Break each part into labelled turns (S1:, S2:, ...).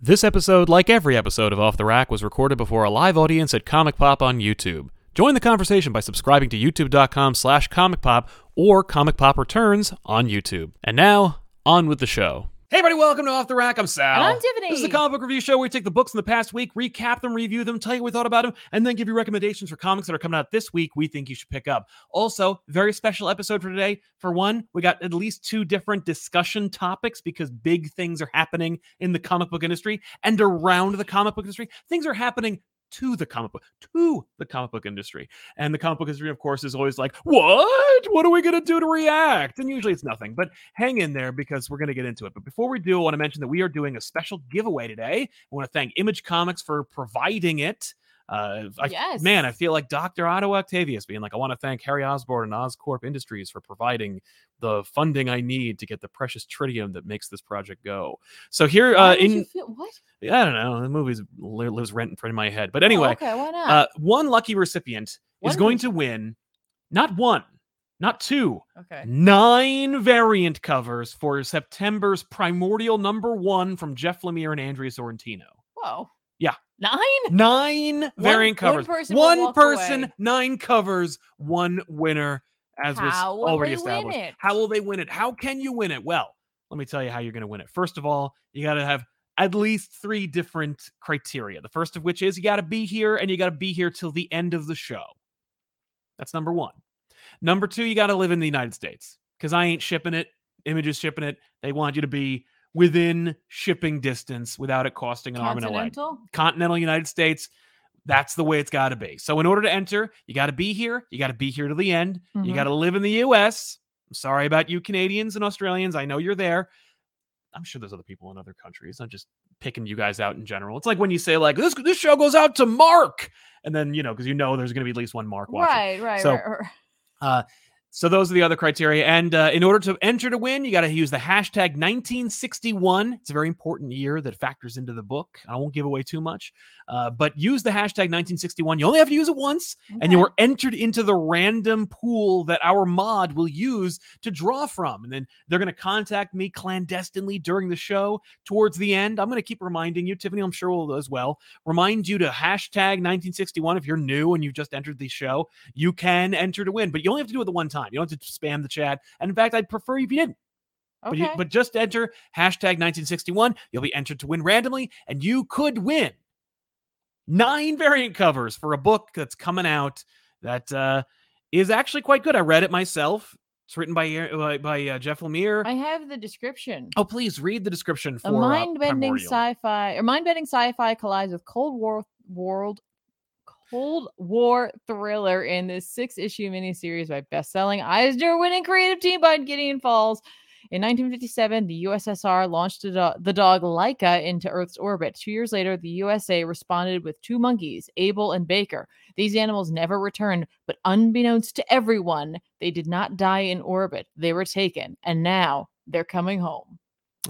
S1: This episode, like every episode of Off the Rack, was recorded before a live audience at Comic Pop on YouTube. Join the conversation by subscribing to youtube.com slash comic pop or comic pop returns on YouTube. And now, on with the show. Hey everybody, welcome to Off the Rack. I'm Sal.
S2: And I'm Tiffany.
S1: This is the comic book review show where we take the books in the past week, recap them, review them, tell you what we thought about them, and then give you recommendations for comics that are coming out this week we think you should pick up. Also, very special episode for today. For one, we got at least two different discussion topics because big things are happening in the comic book industry and around the comic book industry. Things are happening to the comic book to the comic book industry and the comic book industry of course is always like what what are we going to do to react and usually it's nothing but hang in there because we're going to get into it but before we do i want to mention that we are doing a special giveaway today i want to thank image comics for providing it uh, I,
S2: Yes.
S1: man i feel like dr otto octavius being like i want to thank harry osborne and oscorp industries for providing the funding i need to get the precious tritium that makes this project go so here
S2: Why
S1: uh,
S2: did you
S1: in
S2: feel- what?
S1: i don't know the movie's li- lives rent in front of my head but anyway
S2: Oh, okay, why not?
S1: uh, one lucky recipient is
S2: One
S1: going
S2: rec-
S1: to win not one, not two,
S2: okay.
S1: nine variant covers for September's primordial number one from Jeff Lemire and Andrea Sorrentino.
S2: Whoa.
S1: yeah.
S2: Nine?
S1: Nine variant
S2: one
S1: covers.
S2: person will
S1: one
S2: walk
S1: person,
S2: away.
S1: nine covers, one winner, as was
S2: How will
S1: already
S2: they win
S1: established.
S2: it?
S1: How will they win it? How can you win it? Well, let me tell you how you're going to win it. First of all, you got to have at least three different criteria. The first of which is you got to be here and you got to be here till the end of the show. That's number one. Number two, you got to live in the United States because I ain't shipping it. Image is shipping it. They want you to be within shipping distance without it costing an arm and a leg
S2: Continental?
S1: continental United States. That's the way it's got to be. So, in order to enter, you got to be here. You got to be here to the end. You
S2: Mhm.
S1: got to live in the US. I'm sorry about you, Canadians and Australians. I know you're there. I'm sure there's other people in other countries. I'm just picking you guys out in general. It's like when you say, like, this, this show goes out to Mark. And then, you know, because you know there's going to be at least one Mark watching.
S2: Right, right,
S1: So-
S2: right, right.
S1: So those are the other criteria. And uh, in order to enter to win, you got to use the hashtag 1961. It's a very important year that factors into the book. I won't give away too much, uh, but use the hashtag 1961. You only have to use it once, and you
S2: Okay.
S1: are entered into the random pool that our mod will use to draw from. And then they're going to contact me clandestinely during the show towards the end. I'm going to keep reminding you, Tiffany, I'm sure will as well, remind you to hashtag 1961 if you're new and you've just entered the show you can enter to win, but you only have to do it the one time. You don't have to spam the chat. And in fact, I'd prefer if you didn't. But, you,
S2: Okay.
S1: but just enter hashtag 1961. You'll be entered to win randomly, and you could win nine variant covers for a book that's coming out that uh, is actually quite good. I read it myself. It's written by uh, by, by uh, Jeff Lemire.
S2: I have the description.
S1: oh, please read the description for
S2: a
S1: uh,
S2: mind-bending
S1: Primordial.
S2: sci-fi or mind-bending sci-fi collides with Cold War world Cold War thriller in this six-issue miniseries by best-selling Eisner-winning creative team by Gideon Falls. In 1957, the USSR launched the, do- the dog Laika into Earth's orbit. Two years later, the USA responded with two monkeys, Abel and Baker. These animals never returned, but unbeknownst to everyone, they did not die in orbit. They were taken, and now they're coming home.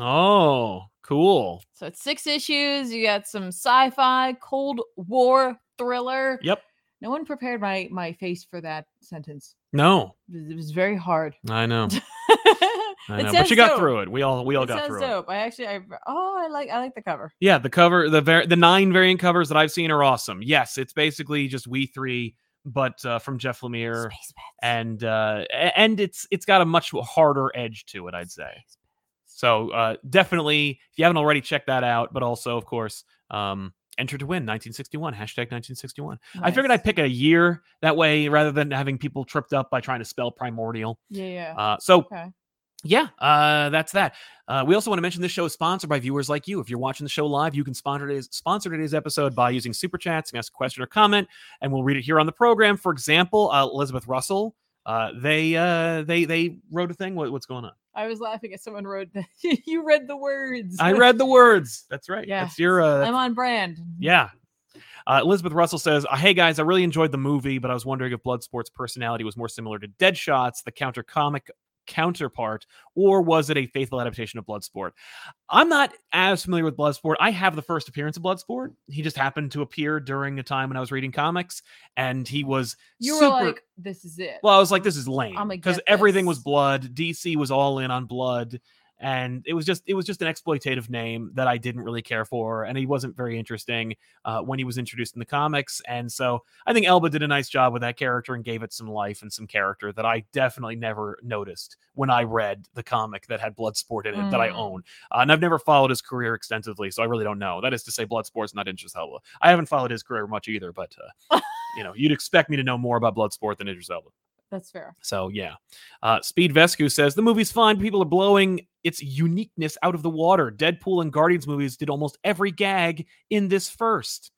S1: Oh, cool.
S2: So it's six issues. You got some sci-fi, Cold War thriller.
S1: Yep.
S2: No one prepared my my face for that sentence.
S1: No,
S2: It was- It was very hard.
S1: I know. I
S2: It
S1: know. But
S2: sounds
S1: you got
S2: dope.
S1: through it. We all we all
S2: it
S1: got
S2: sounds
S1: through it.
S2: dope. I actually, I oh, I like I like the cover.
S1: Yeah, the cover, the var- the nine variant covers that I've seen are awesome. Yes, it's basically just we three, but uh, from Jeff Lemire,
S2: Space Pets.
S1: and uh, a- and it's it's got a much harder edge to it, I'd say.
S2: Space
S1: So uh, definitely, if you haven't already, check that out. But also, of course, um, enter to win 1961 hashtag 1961.
S2: Pets.
S1: I figured
S2: Nice.
S1: I'd pick a year that way rather than having people tripped up by trying to spell primordial.
S2: Yeah, yeah.
S1: Uh, so
S2: Okay.
S1: yeah, uh, that's that. Uh, we also want to mention this show is sponsored by viewers like you. If you're watching the show live, you can sponsor today's sponsor today's episode by using super chats and ask a question or comment, and we'll read it here on the program. For example, uh, Elizabeth Russell, uh, they uh, they they wrote a thing. What, what's going on?
S2: I was laughing at someone wrote that you read the words.
S1: I read the words. That's right. Yeah, that's your uh,
S2: I'm on brand.
S1: Yeah. Uh, Elizabeth Russell says, uh, "Hey guys, I really enjoyed the movie, but I was wondering if Bloodsport's personality was more similar to Deadshot's, the counter comic counterpart, or was it a faithful adaptation of Bloodsport?" I'm not as familiar with Bloodsport. I have the first appearance of Bloodsport. He just happened to appear during a time when I was reading comics, and he was
S2: You
S1: super.
S2: were like, this is it.
S1: well, I was like, "This is lame,"
S2: I'ma
S1: because
S2: get
S1: everything was
S2: this.
S1: blood. DC was all in on blood, and it was just it was just an exploitative name that I didn't really care for, and he wasn't very interesting uh, when he was introduced in the comics. And so I think Elba did a nice job with that character and gave it some life and some character that I definitely never noticed when I read the comic that had Bloodsport in it that I
S2: Mm.
S1: own. Uh, and I've never followed his career extensively, so I really don't know. That is to say, Bloodsport's not Idris Elba. I haven't followed his career much either, but uh, you know, you'd expect me to know more about Bloodsport than Idris Elba.
S2: That's fair.
S1: So yeah, uh, Speed Vescu says the movie's fine. People are blowing its uniqueness out of the water. Deadpool and Guardians movies did almost every gag in this first.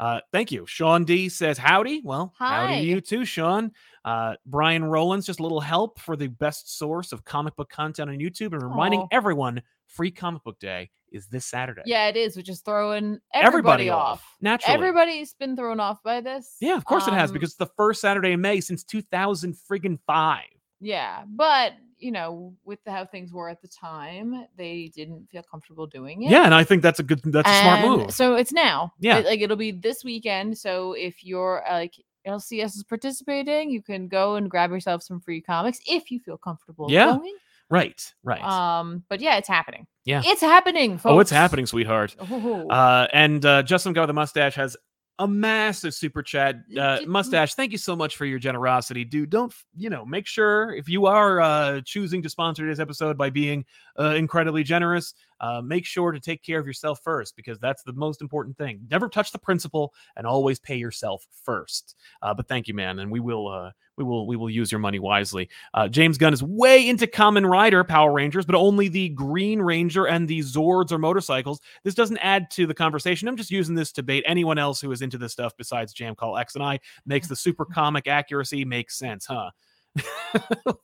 S1: Uh, thank you. Sean D says, Howdy. Well,
S2: Hi.
S1: howdy to you too, Sean. Uh, Brian Rollins, just a little help for the best source of comic book content on YouTube and reminding
S2: Aw.
S1: everyone free comic book day is this Saturday.
S2: Yeah, it is, which is throwing
S1: Everybody,
S2: everybody, off.
S1: Naturally.
S2: Everybody's been thrown off by this.
S1: yeah, of course it has
S2: Um,
S1: because it's the first Saturday in May since 2000 friggin' five.
S2: yeah, but you know, with the, how things were at the time, they didn't feel comfortable doing
S1: Yeah.
S2: it.
S1: and I think that's a good, that's a smart
S2: And
S1: move.
S2: So it's now.
S1: Yeah.
S2: It- like it'll be this weekend. So if you're uh, like LCS is participating, you can go and grab yourself some free comics if you feel comfortable.
S1: Yeah.
S2: going.
S1: Right, right.
S2: Um, but yeah, it's happening.
S1: Yeah.
S2: It's happening, folks.
S1: oh, it's happening, sweetheart.
S2: Oh.
S1: Uh, and uh, Justin Guy with the mustache has a massive super chat. Uh,
S2: Did-
S1: mustache, thank you so much for your generosity, dude. Don't f- you know? Make sure if you are uh, choosing to sponsor this episode by being uh, incredibly generous, uh, make sure to take care of yourself first because that's the most important thing. Never touch the principal and always pay yourself first. Uh, but thank you, man, and we will. Uh, we will we will use your money wisely. Uh, James Gunn is way into Common Rider Power Rangers, but only the Green Ranger and the Zords or motorcycles. This doesn't add to the conversation. I'm just using this to bait anyone else who is into this stuff besides Jam Call X and I. Makes the super comic accuracy make sense, huh?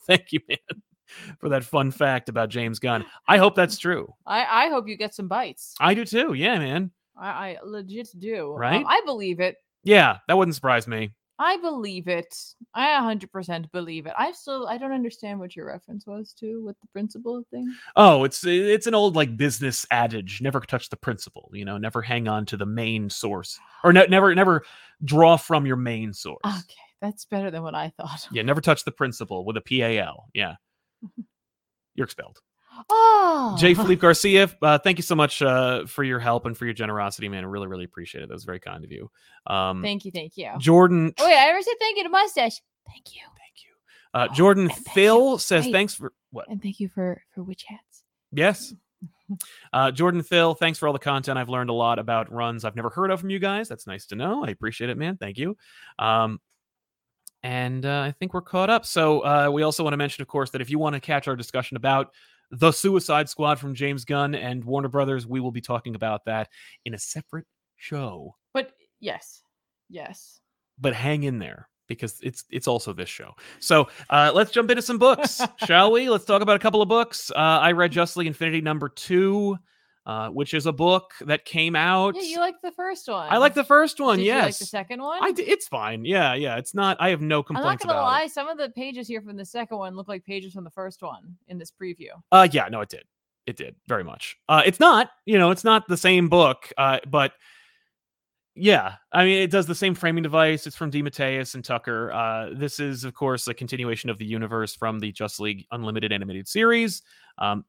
S1: Thank you, man, for that fun fact about James Gunn. I hope that's true.
S2: I, I hope you get some bites.
S1: I do too. Yeah, man.
S2: I, I legit do. Um,
S1: Right?
S2: I believe it.
S1: Yeah, that wouldn't surprise me.
S2: I believe it. I 100% believe it. I still I don't understand what your reference was to with the principal thing.
S1: Oh, it's it's an old like business adage: never touch the principal. You know, never hang on to the main source, or ne- never never draw from your main source.
S2: Okay, that's better than what I thought.
S1: Yeah, never touch the principal with a PAL. Yeah, you're expelled.
S2: Oh.
S1: Jay Philippe Garcia, uh, thank you so much uh, for your help and for your generosity, man. I really, really appreciate it. That was very kind of you. Um,
S2: Thank you, thank you.
S1: Jordan, uh,
S2: Oh, wait, I already said thank you to Mustache. Thank you.
S1: thank you. Uh,
S2: Oh,
S1: Jordan
S2: and thank you.
S1: Phil says,
S2: Wait.
S1: thanks for what?
S2: And thank you for for witch hats.
S1: Yes. Uh, Jordan Phil, thanks for all the content. I've learned a lot about runs I've never heard of from you guys. That's nice to know. I appreciate it, man. Thank you. Um, and uh, I think we're caught up. So uh, we also want to mention, of course, that if you want to catch our discussion about the Suicide Squad from James Gunn and Warner Brothers, we will be talking about that in a separate show.
S2: But yes. Yes.
S1: But hang in there because it's it's also this show. So uh, let's jump into some books, shall we? Let's talk about a couple of books. Uh, I read Justly Infinity number two, uh, which is a book that came out.
S2: Yeah, you like the first one.
S1: I like the first one.
S2: Did
S1: yes,
S2: You like the second one?
S1: I d- it's fine. Yeah, yeah. It's not. I have no
S2: I'm not
S1: complaints
S2: gonna
S1: about
S2: lie,
S1: it.
S2: some of the pages here from the second one look like pages from the first one in this preview.
S1: Uh, yeah, no, it did. It did very much. Uh, it's not. You know, it's not the same book. Uh, but yeah, I mean, it does the same framing device. It's from DeMatteis and Tucker. Uh, this is, of course, a continuation of the universe from the Just League Unlimited animated series. Um,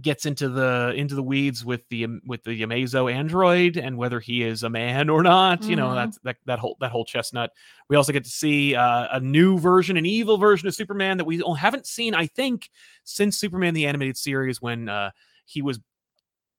S1: gets into the into the weeds with the am- with the Amazo android and whether he is a man or not. You know,
S2: Mhm.
S1: that's that that whole that whole chestnut. We also get to see uh, a new version, an evil version of Superman that we o- haven't seen, I think, since Superman the animated series when uh, he was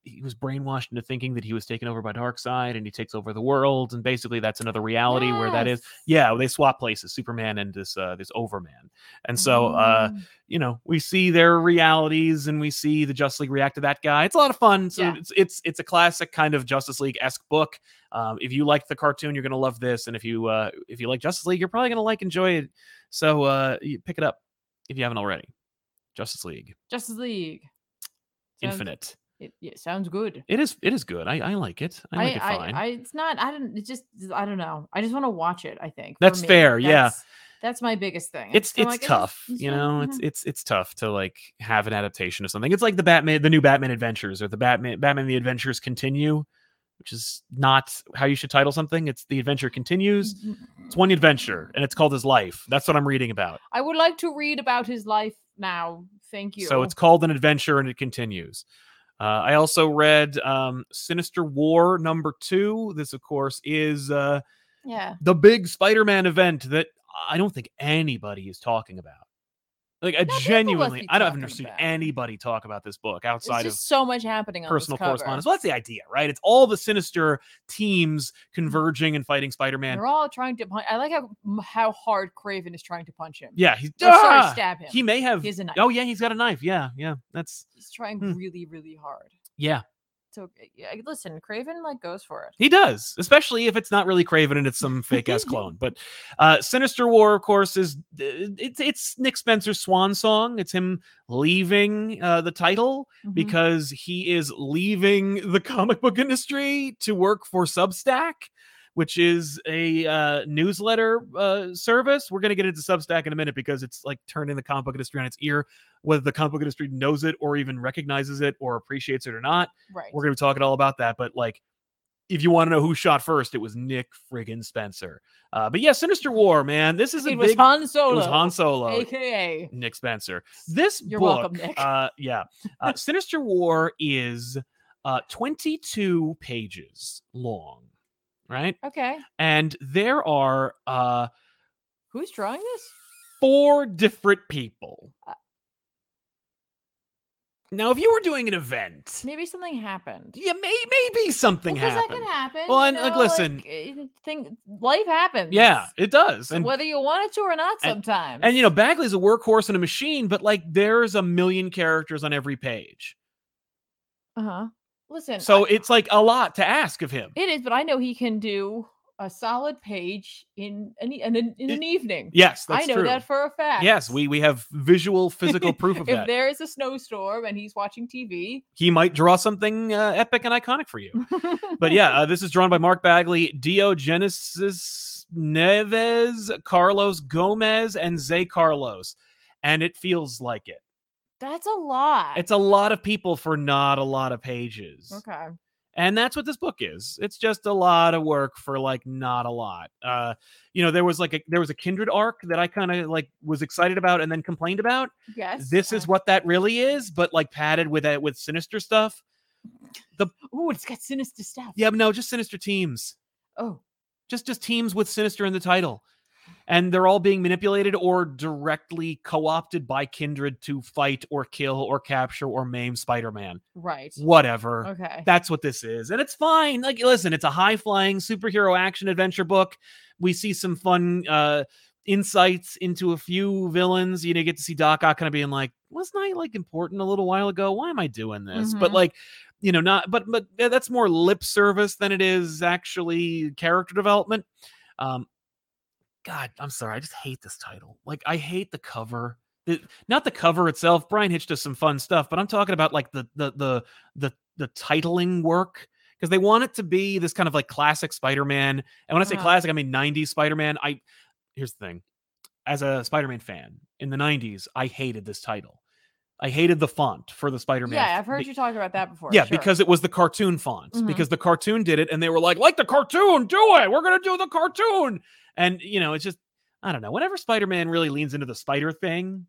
S1: he was brainwashed into thinking that he was taken over by Darkseid and he takes over the world and basically that's another reality where that is
S2: Yes.
S1: yeah they swap places Superman and this uh, this Overman and so uh,
S2: Mm.
S1: you know we see their realities and we see the Justice League react to that guy it's a lot of fun so
S2: Yeah.
S1: it's it's it's a classic kind of Justice League esque book um, if you like the cartoon you're gonna love this and if you uh, if you like Justice League you're probably gonna like enjoy it so uh, you pick it up if you haven't already Justice League
S2: Justice League. Sounds-
S1: Infinite
S2: It, yeah, sounds good.
S1: it is it is good I, I like it I like it
S2: I,
S1: fine
S2: I, it's not. I don't. It just. I don't know. I just want to watch it. I think for
S1: That's
S2: me.
S1: fair, yeah.
S2: That's- that's my biggest thing.
S1: it's
S2: So I'm
S1: it's
S2: like, I just-
S1: tough
S2: just
S1: you
S2: wanna-
S1: know it's
S2: mhm.
S1: it's it's tough to like have an adaptation of something it's like the batman the new batman adventures or the batman batman the adventures continue which is not how you should title something. It's The Adventure Continues.
S2: mm-hmm."
S1: It's one adventure, and it's called His Life. That's what I'm reading about.
S2: I would like to read about his life now. Thank you.
S1: So it's called An Adventure and it continues. Uh, I also read um, Sinister War number two. This, of course, is uh,
S2: yeah.
S1: the big Spider Man event that I don't think anybody is talking about. Like, I
S2: people must
S1: genuinely,
S2: be
S1: I don't
S2: talking
S1: haven't seen
S2: about it.
S1: anybody talk about this book
S2: There's
S1: outside of
S2: just so much happening on this
S1: personal
S2: cover.
S1: correspondence. Well, that's the idea, right? It's all the sinister teams
S2: Mm-hmm.
S1: converging and fighting Spider Man.
S2: They're all trying to punch. I like how how hard Craven is trying to punch him.
S1: Yeah, he's
S2: Or, sorry,
S1: Ah!
S2: stab him.
S1: He may have.
S2: he has a knife.
S1: Oh yeah, he's got a knife. Yeah, yeah. That's
S2: he's trying
S1: Hmm.
S2: really, really hard.
S1: yeah.
S2: So eh, yeah, listen, Craven like goes for it.
S1: He does, especially if it's not really Craven and it's some fake ass clone. But uh Sinister War, of course, is uh, it's it's Nick Spencer's swan song. It's him leaving uh the title
S2: Mhm.
S1: because he is leaving the comic book industry to work for Substack, which is a uh, newsletter uh, service. We're going to get into Substack in a minute because it's like turning the comic book industry on its ear, whether the comic book industry knows it or even recognizes it or appreciates it or not.
S2: Mm-hmm, right.
S1: We're going to be talking all about that. But like, if you want to know who shot first, it was Nick friggin' Spencer. Uh, but yeah, Sinister War, man. This is a
S2: it
S1: big.
S2: was Han Solo.
S1: it was Han Solo.
S2: aka.
S1: Nick Spencer. This
S2: You're
S1: book,
S2: welcome, Nick.
S1: Uh, yeah, uh, Sinister War is uh, 22 pages long, right?
S2: Okay,
S1: And there are uh,
S2: who's drawing this?
S1: four different people.
S2: Uh
S1: Now, if you were doing an event,
S2: Maybe something happened.
S1: yeah, may- maybe something
S2: Because that
S1: happened.
S2: can happen.
S1: Well,
S2: you
S1: and, like,
S2: know,
S1: listen-
S2: it- thing life happens.
S1: Yeah, it does. And
S2: whether you want it to or not,
S1: and-
S2: sometimes.
S1: and you know, Bagley's a workhorse and a machine, but like there's a million characters on every page,
S2: uh huh. Listen,
S1: so
S2: I-
S1: it's like a lot to ask of him.
S2: it is, but I know he can do a solid page in an e- in an, in
S1: It-
S2: an evening.
S1: Yes,
S2: I
S1: that's
S2: know
S1: true.
S2: that for a fact.
S1: Yes, we we have visual physical proof of
S2: if
S1: that.
S2: there is a snowstorm and he's watching TV,
S1: He might draw something uh, epic and iconic for you. But yeah, uh, this is drawn by Mark Bagley, Diogenesis Neves, Carlos Gomez, and Zay Carlos. And it feels like it.
S2: that's a lot.
S1: It's a lot of people for not a lot of pages.
S2: okay.
S1: And that's what this book is. It's just a lot of work for like not a lot. Uh, you know, there was like a there was a kindred arc that I kind of like was excited about and then complained about.
S2: Yes.
S1: this is what that really is, but like padded with it with sinister stuff.
S2: Oh, it's got sinister stuff.
S1: Yeah, no, just sinister teams.
S2: Oh,
S1: Just just teams with sinister in the title. And they're all being manipulated or directly co-opted by Kindred to fight or kill or capture or maim Spider-Man.
S2: right.
S1: Whatever.
S2: Okay.
S1: That's what this is. And it's fine. Like listen, it's a high-flying superhero action adventure book. We see some fun uh insights into a few villains. You know, you get to see Doc Ock kind of being like, wasn't I like important a little while ago? Why am I doing this? But
S2: Mhm.
S1: like, you know, not but but tha- that's more lip service than it is actually character development. Um God, I'm sorry. I just hate this title. Like I hate the cover. The, not the cover itself. Brian Hitch does some fun stuff, but I'm talking about like the the the the the titling work because they want it to be this kind of like classic Spider-Man. And when I say
S2: Uh-huh.
S1: classic, I mean 90s Spider-Man. I here's the thing as a spider-man fan in the 90s i hated this title i hated the font for the spider-man
S2: Yeah,
S1: f-
S2: I've heard
S1: be-
S2: you talk about that before.
S1: yeah
S2: sure.
S1: because it was the cartoon font
S2: Mhm.
S1: because the cartoon did it and they were like like the cartoon do it we're gonna do the cartoon and you know it's just i don't know whenever spider-man really leans into the spider thing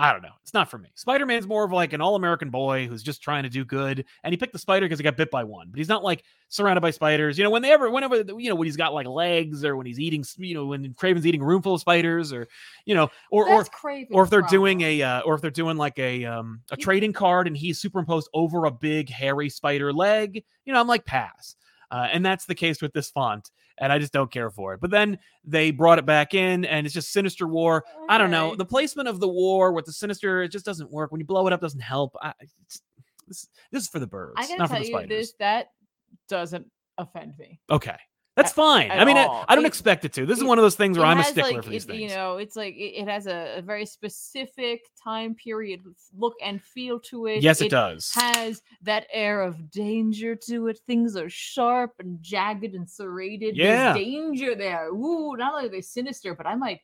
S1: i don't know it's not for me spider-man's more of like an all-american boy who's just trying to do good and he picked the spider because he got bit by one but he's not like surrounded by spiders you know when they ever whenever you know when he's got like legs or when he's eating s- you know when craven's eating a room full of spiders or you know or or
S2: That's Craven's
S1: or if they're doing
S2: problem.
S1: a uh, or if they're doing like a um a
S2: You-
S1: trading card and he's superimposed over a big hairy spider leg you know i'm like pass uh, and that's the case with this font and i just don't care for it but then they brought it back in and it's just sinister war i don't know
S2: Okay.
S1: the placement of the war with the sinister it just doesn't work when you blow it up doesn't help I, it's, this, this is for the birds
S2: I gotta
S1: not for
S2: tell
S1: the
S2: you
S1: spiders
S2: this that doesn't offend me.
S1: okay that's fine.
S2: at
S1: I mean, I,
S2: all.
S1: I don't
S2: It-
S1: expect it to. This is
S2: it-
S1: one of those things where
S2: It
S1: I'm a
S2: has,
S1: stickler
S2: like,
S1: for these
S2: it-
S1: things.
S2: You know, it's like it, it has a, a very specific time period look and feel to it.
S1: yes, it, does.
S2: Has that air of danger to it. Things are sharp and jagged and serrated.
S1: Yeah.
S2: There's danger there. Ooh, not only are they sinister, but I might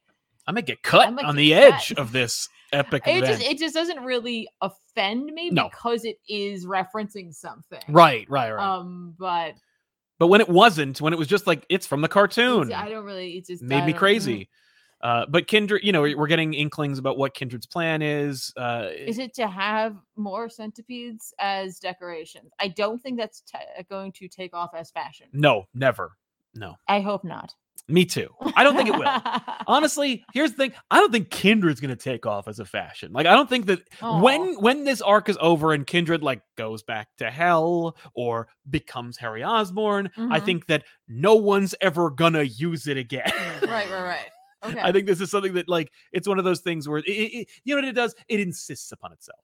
S1: I might get cut
S2: might
S1: on
S2: get
S1: the
S2: cut.
S1: edge of this epic
S2: It
S1: event.
S2: just it just doesn't really offend me
S1: No.
S2: because it is referencing something.
S1: right, right, right.
S2: Um, but
S1: but when it wasn't, when it was just like it's from the cartoon,
S2: it's- I don't really. It just
S1: made
S2: I
S1: me
S2: don't-
S1: crazy. Uh, but Kindred, you know, we're getting inklings about what Kindred's plan is. Uh,
S2: Is it to have more centipedes as decorations? I don't think that's te- going to take off as fashion.
S1: no, never. No,
S2: I hope not.
S1: me too. I don't think it will. Honestly, here's the thing: I don't think Kindred's going to take off as a fashion. Like, I don't think that
S2: Oh.
S1: when when this arc is over and kindred like goes back to hell or becomes harry osborne i
S2: Mhm.
S1: think that no one's ever gonna use it again
S2: Aw. right, right, right. Okay.
S1: i think this is something that like it's one of those things where it, it- it- you know what it does it insists upon itself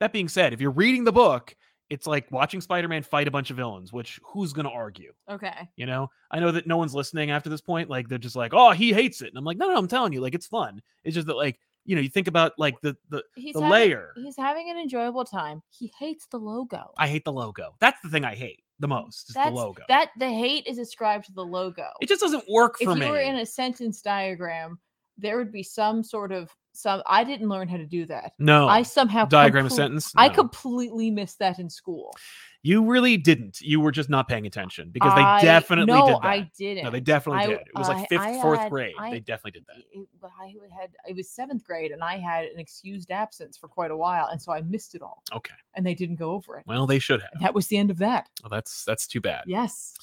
S1: that being said if you're reading the book it's like watching spider-man fight a bunch of villains which who's gonna argue
S2: okay.
S1: you know i know that no one's listening after this point like they're just like oh he hates it and i'm like no no i'm telling you like it's fun it's just that like you know you think about like the the,
S2: He's
S1: the
S2: having,
S1: layer
S2: He's having an enjoyable time. He hates the logo.
S1: I hate the logo. That's the thing I hate the most. Is the
S2: That's-
S1: logo.
S2: That the hate is ascribed to the logo.
S1: it just doesn't work
S2: if
S1: for
S2: you
S1: me.
S2: were in a sentence diagram, there would be some sort of some. I didn't learn how to do that.
S1: no.
S2: I somehow
S1: Oh, diagram a
S2: complete-
S1: sentence.
S2: I
S1: No.
S2: completely missed that in school.
S1: You really didn't. You were just not paying attention because they
S2: I-
S1: definitely
S2: no,
S1: did that.
S2: I didn't.
S1: No, they definitely
S2: I-
S1: did. It was
S2: I-
S1: like fifth,
S2: I
S1: fourth
S2: had-
S1: grade.
S2: I-
S1: they definitely did that.
S2: it- it- I had it was seventh grade, and I had an excused absence for quite a while, and so I missed it all.
S1: Okay.
S2: and they didn't go over it.
S1: Well, they should have.
S2: And that was the end of that.
S1: Well, that's that's too bad.
S2: Yes,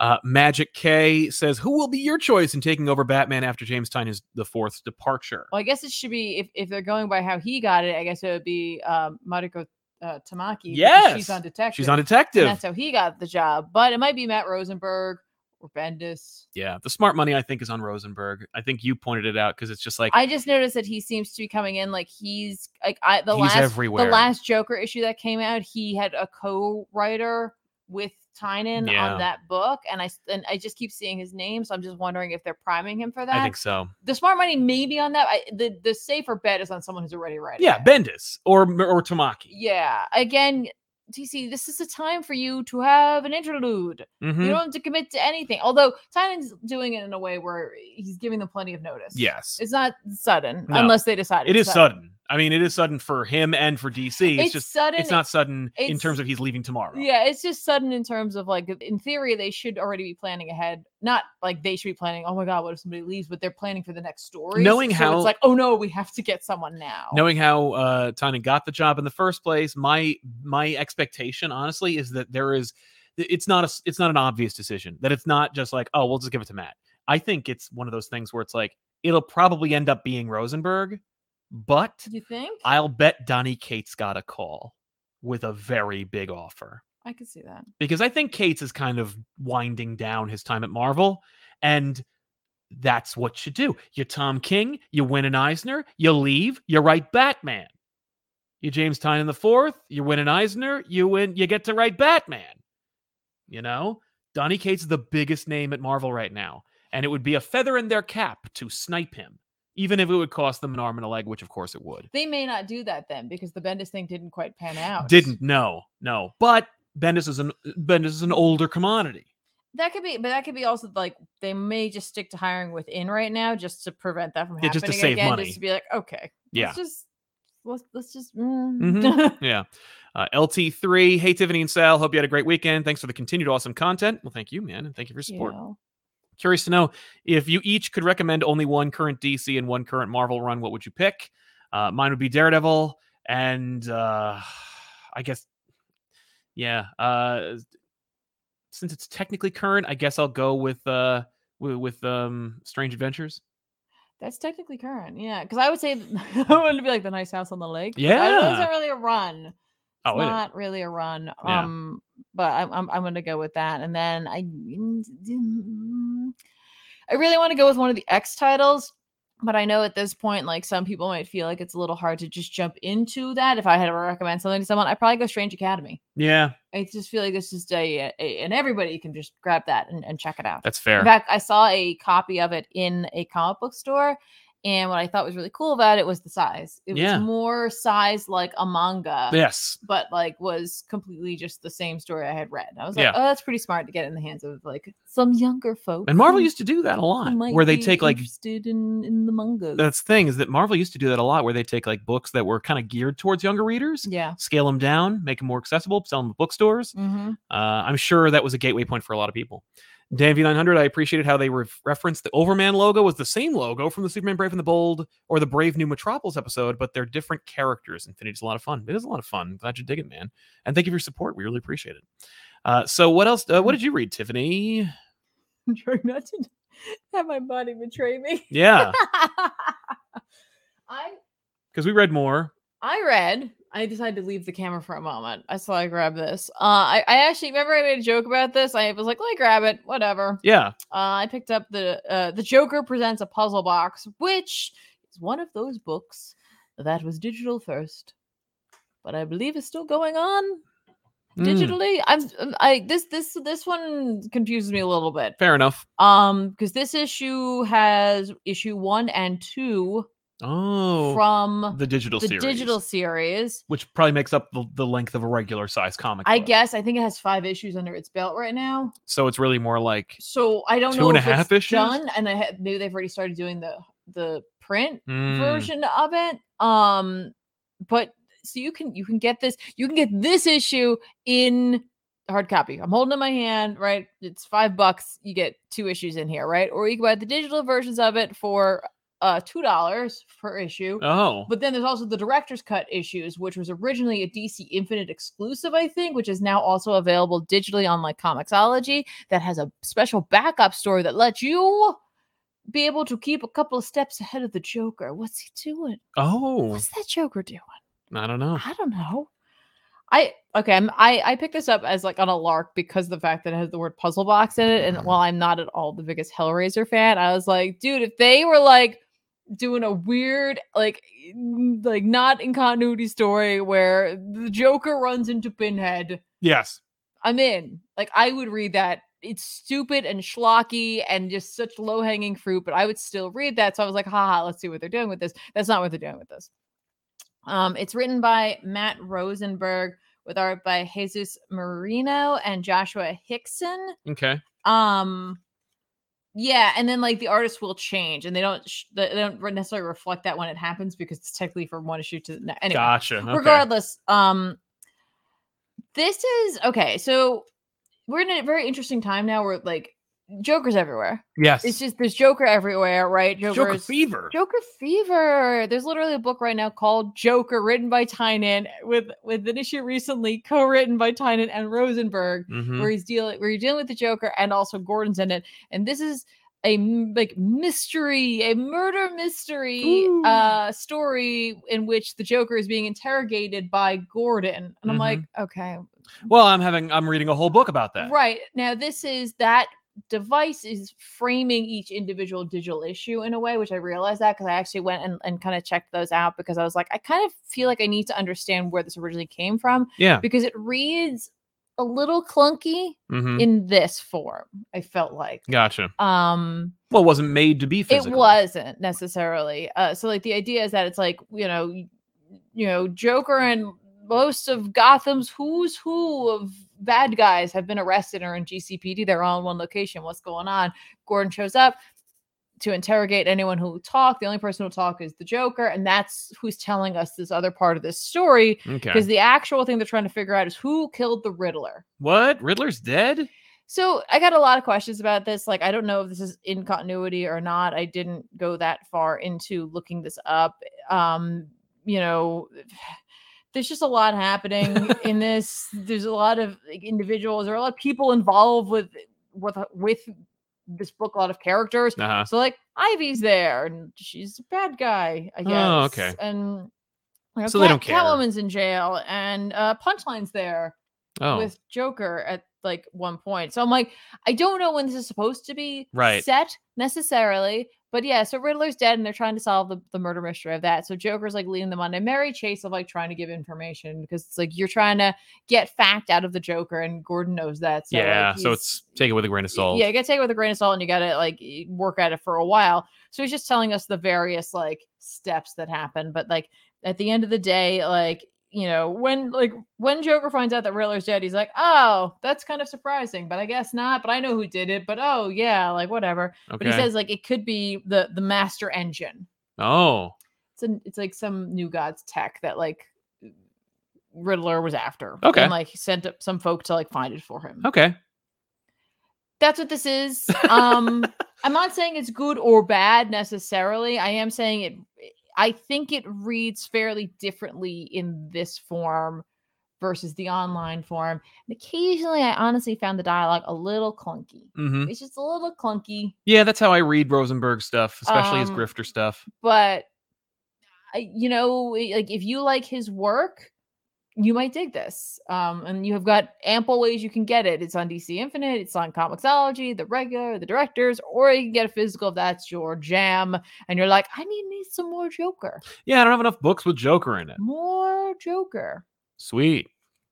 S1: Uh, Magic K says, "Who will be your choice in taking over Batman after James Tynion is the fourth's departure?"
S2: well, I guess it should be if, if they're going by how he got it. I guess it would be um, Mariko uh, Tamaki. because she's on
S1: Yes!
S2: detective.
S1: She's on
S2: and
S1: detective.
S2: that's how he got the job. But it might be Matt Rosenberg or Bendis.
S1: Yeah, the smart money I think is on Rosenberg. I think you pointed it out because it's just like
S2: I just noticed that he seems to be coming in like he's like I the
S1: He's
S2: last
S1: everywhere.
S2: the last Joker issue that came out, he had a co-writer with Tynan
S1: Yeah.
S2: on that book, and I s- and I just keep seeing his name, so I'm just wondering if they're priming him for that.
S1: I think so.
S2: The smart money may be on that. I, the the safer bet is on someone who's already writing.
S1: Yeah,
S2: it.
S1: Bendis or or Tamaki.
S2: yeah. Again, TC, this is a time for you to have an interlude.
S1: Mhm.
S2: You don't have to commit to anything. Although Tynan's doing it in a way where he's giving them plenty of notice.
S1: Yes.
S2: It's not sudden
S1: No.
S2: unless they decide
S1: It
S2: it's
S1: is sudden. I mean, it is sudden for him and for DC. It's,
S2: It's,
S1: just
S2: sudden.
S1: it's not sudden in
S2: it's-
S1: terms of he's leaving tomorrow.
S2: Yeah, it's just sudden in terms of like in theory they should already be planning ahead. Not like they should be planning. Oh my god, what if somebody leaves? But they're planning for the next story.
S1: Knowing
S2: so
S1: how-
S2: it's like, oh no, we have to get someone now.
S1: Knowing how uh Tynan got the job in the first place, my my expectation honestly is that there is it's not a s- it's not an obvious decision. That it's not just like, oh, we'll just give it to Matt. I think it's one of those things where it's like it'll probably end up being Rosenberg, but
S2: you think? I,
S1: I'll bet Donnie Cates got a call with a very big offer.
S2: could see that.
S1: because I think Cates is kind of winding down his time at Marvel, and that's what you do. You're Tom King, you win an Eisner, you leave, you write Batman. You James Tynion the fourth, you win an Eisner, you win, you get to write Batman. You know, Donny Cates is the biggest name at Marvel right now, and it would be a feather in their cap to snipe him, even if it would cost them an arm and a leg, which of course it would
S2: They may not do that then because the Bendis thing didn't quite pan out.
S1: didn't no no but bendis is an bendis is an older commodity
S2: that could be? But that could be also like they may just stick to hiring within right now just to prevent that from
S1: Yeah,
S2: happening
S1: just to save
S2: again.
S1: money.
S2: Just to be like, okay,
S1: yeah
S2: let's just let's let's just. mm.
S1: Mhm. yeah uh, lt3 hey tiffany and sal hope you had a great weekend thanks for the continued awesome content well thank you man and thank you for your
S2: You
S1: support
S2: know.
S1: curious to know if you each could recommend only one current dc and one current marvel run what would you pick uh, mine would be daredevil and uh i guess yeah uh since it's technically current i guess i'll go with uh wi- with um strange adventures
S2: That's technically current, yeah. Because I would say I wanted to be like the nice house on the lake. but I know
S1: Yeah.
S2: it's not really a run. It's
S1: oh it is.
S2: not really a run.
S1: Yeah.
S2: Um, but I'm I'm, I'm going to go with that, and then I mm, I really want to go with one of the X titles. But I know at this point, like some people might feel like it's a little hard to just jump into that. If I had to recommend something to someone, I'd probably go Strange Academy.
S1: yeah
S2: I just feel like it's just a, a and everybody can just grab that and, and check it out.
S1: That's fair.
S2: In fact, I saw a copy of it in a comic book store, And what I thought was really cool about it was the size. It
S1: Yeah.
S2: was more size like a manga,
S1: Yes.
S2: but like was completely just the same story I had read. I was
S1: Yeah.
S2: like, oh, that's pretty smart to get it in the hands of like some younger folk.
S1: And Marvel
S2: who-
S1: used to do that a
S2: who
S1: lot,
S2: Mm-hmm. might
S1: where they
S2: be
S1: take like
S2: interested in in the manga.
S1: that's the thing is that Marvel used to do that a lot, where they take like books that were kind of geared towards younger readers,
S2: yeah.
S1: scale them down, make them more accessible, sell them at bookstores.
S2: Mm-hmm.
S1: Uh, I'm sure that was a gateway point for a lot of people. Dan V900, I appreciated how they re- referenced the Overman logo was the same logo from the Superman Brave and the Bold or the Brave New Metropolis episode, but they're different characters. Infinity's a lot of fun. It is a lot of fun. Glad you dig it, man. And thank you for your support. We really appreciate it. Uh, so what else? Uh, what did you read, Tiffany?
S2: I'm trying not to have my body betray me.
S1: Yeah,
S2: I
S1: because we read more.
S2: I read. I decided to leave the camera for a moment. I saw I grabbed this. Uh, I, I actually remember I made a joke about this. I was like, "Let me grab it, whatever."
S1: Yeah,
S2: Uh, I picked up the uh, the Joker presents a puzzle box, which is one of those books that was digital first, but I believe is still going on
S1: Mm,
S2: digitally. I'm um, I this this this one confuses me a little bit.
S1: Mm, fair enough.
S2: Um, because this issue has issue one and two
S1: Oh,
S2: from
S1: the digital
S2: the
S1: series,
S2: digital series.
S1: which probably makes up the, the length of a regular size comic.
S2: I
S1: book.
S2: guess I think it has five issues under its belt right now.
S1: so. It's really more like
S2: So I don't
S1: Two
S2: know
S1: and a
S2: if
S1: half
S2: it's
S1: issues?
S2: done, and I ha- maybe they've already started doing the the print
S1: mm,
S2: version of it. Um, but so you can you can get this you can get this issue in hard copy. I'm holding it in my hand, right? It's five bucks. You get two issues in here, right? Or you can buy the digital versions of it for uh two dollars per issue.
S1: Oh,
S2: But then there's also the director's cut issues, which was originally a DC Infinite exclusive, I think, which is now also available digitally on like Comixology that has a special backup story that lets you be able to keep a couple of steps ahead of the Joker. What's he doing?
S1: oh,
S2: What's that Joker doing?
S1: I don't know.
S2: I don't know. I okay. I'm, I I picked this up as like on a lark because of the fact that it has the word puzzle box in it, and while I'm not at all the biggest Hellraiser fan, I was like, dude, if they were like doing a weird like n- like not in continuity story where the Joker runs into Pinhead,
S1: Yes.
S2: I'm in. Like I would read that. It's stupid and schlocky and just such low hanging fruit, but I would still read that. So I was like, haha, let's see what they're doing with this. That's not what they're doing with this. Um, it's written by Matt Rosenberg with art by Jesus Marino and Joshua Hickson.
S1: Okay.
S2: Um, yeah, and then like the artist will change, and they don't sh- they don't re- necessarily reflect that when it happens because it's technically from one issue to the next. Anyway,
S1: Gotcha. Okay.
S2: regardless um this is okay so we're in a very interesting time now where like jokers everywhere
S1: yes.
S2: it's just there's joker everywhere right
S1: Joker,
S2: joker
S1: fever.
S2: joker fever there's literally a book right now called joker written by tynan with with an issue recently co-written by tynan and rosenberg
S1: Mhm.
S2: where he's dealing where you're dealing with the Joker and also Gordon's in it. And this is a m- like mystery, a murder mystery
S1: Ooh.
S2: uh story in which the Joker is being interrogated by Gordon. And I'm
S1: Mhm.
S2: like, okay,
S1: Well, I'm having. I'm reading a whole book about that.
S2: right. Now this is that device is framing each individual digital issue in a way, which I realized that because I actually went and, and kind of checked those out because I was like, I kind of feel like I need to understand where this originally came from
S1: Yeah.
S2: because it reads a little clunky
S1: Mhm.
S2: in this form i felt like
S1: Gotcha.
S2: um
S1: Well, it wasn't made to be physical.
S2: it wasn't necessarily uh so like the idea is that it's like you know y- you know joker and most of gotham's who's who of bad guys have been arrested or in gcpd they're all in one location what's going on gordon shows up to interrogate anyone who will talk the only person who'll talk is the joker and that's who's telling us this other part of this story
S1: Okay.
S2: because the actual thing they're trying to figure out is who killed the riddler
S1: What? Riddler's dead?
S2: so I got a lot of questions about this. Like, I don't know if this is in continuity or not. I didn't go that far into looking this up. Um, you know, there's just a lot happening in this. There's a lot of like, individuals. There are a lot of people involved with with with this book. A lot of characters.
S1: Uh huh.
S2: So like Ivy's there, and she's a bad guy, I guess.
S1: Oh, okay.
S2: And you know,
S1: So they
S2: Cat-
S1: don't care.
S2: Catwoman's in jail, and uh, Punchline's there
S1: Oh.
S2: with Joker at like one point. So I'm like, I don't know when this is supposed to be
S1: Right.
S2: set necessarily, But yeah, so Riddler's dead and they're trying to solve the, the murder mystery of that. So Joker's like leading them on. And Mary Chase of like trying to give information because it's like you're trying to get fact out of the Joker and Gordon knows that. So like,
S1: yeah, so
S2: he's-
S1: it's take it with a grain of salt.
S2: yeah, you gotta take it with a grain of salt and you gotta like y- work at it for a while. So he's just telling us the various like steps that happen. But like at the end of the day, like, you know, when like when Joker finds out that Riddler's dead, he's like, Oh, that's kind of surprising, but I guess not. But I know who did it, but oh yeah, like whatever. But
S1: okay.
S2: he says like it could be the the master engine.
S1: oh,
S2: It's an, it's like some new gods tech that like Riddler was after.
S1: Okay.
S2: And like he sent up some folk to like find it for him
S1: okay.
S2: that's what this is. Um, I'm not saying it's good or bad necessarily. I am saying it. I think it reads fairly differently in this form versus the online form. And occasionally, I honestly found the dialogue a little clunky.
S1: hmm
S2: It's just a little clunky,
S1: Yeah, that's how I read Rosenberg stuff, especially his
S2: Um,
S1: grifter stuff.
S2: but I, you know, i- like if you like his work, you might dig this. Um, and you have got ample ways you can get it. It's on DC Infinite, it's on Comixology, the regular, the directors, or you can get a physical if that's your jam. And you're like, I need, need some more Joker,
S1: Yeah, I don't have enough books with Joker in it.
S2: more Joker.
S1: Sweet.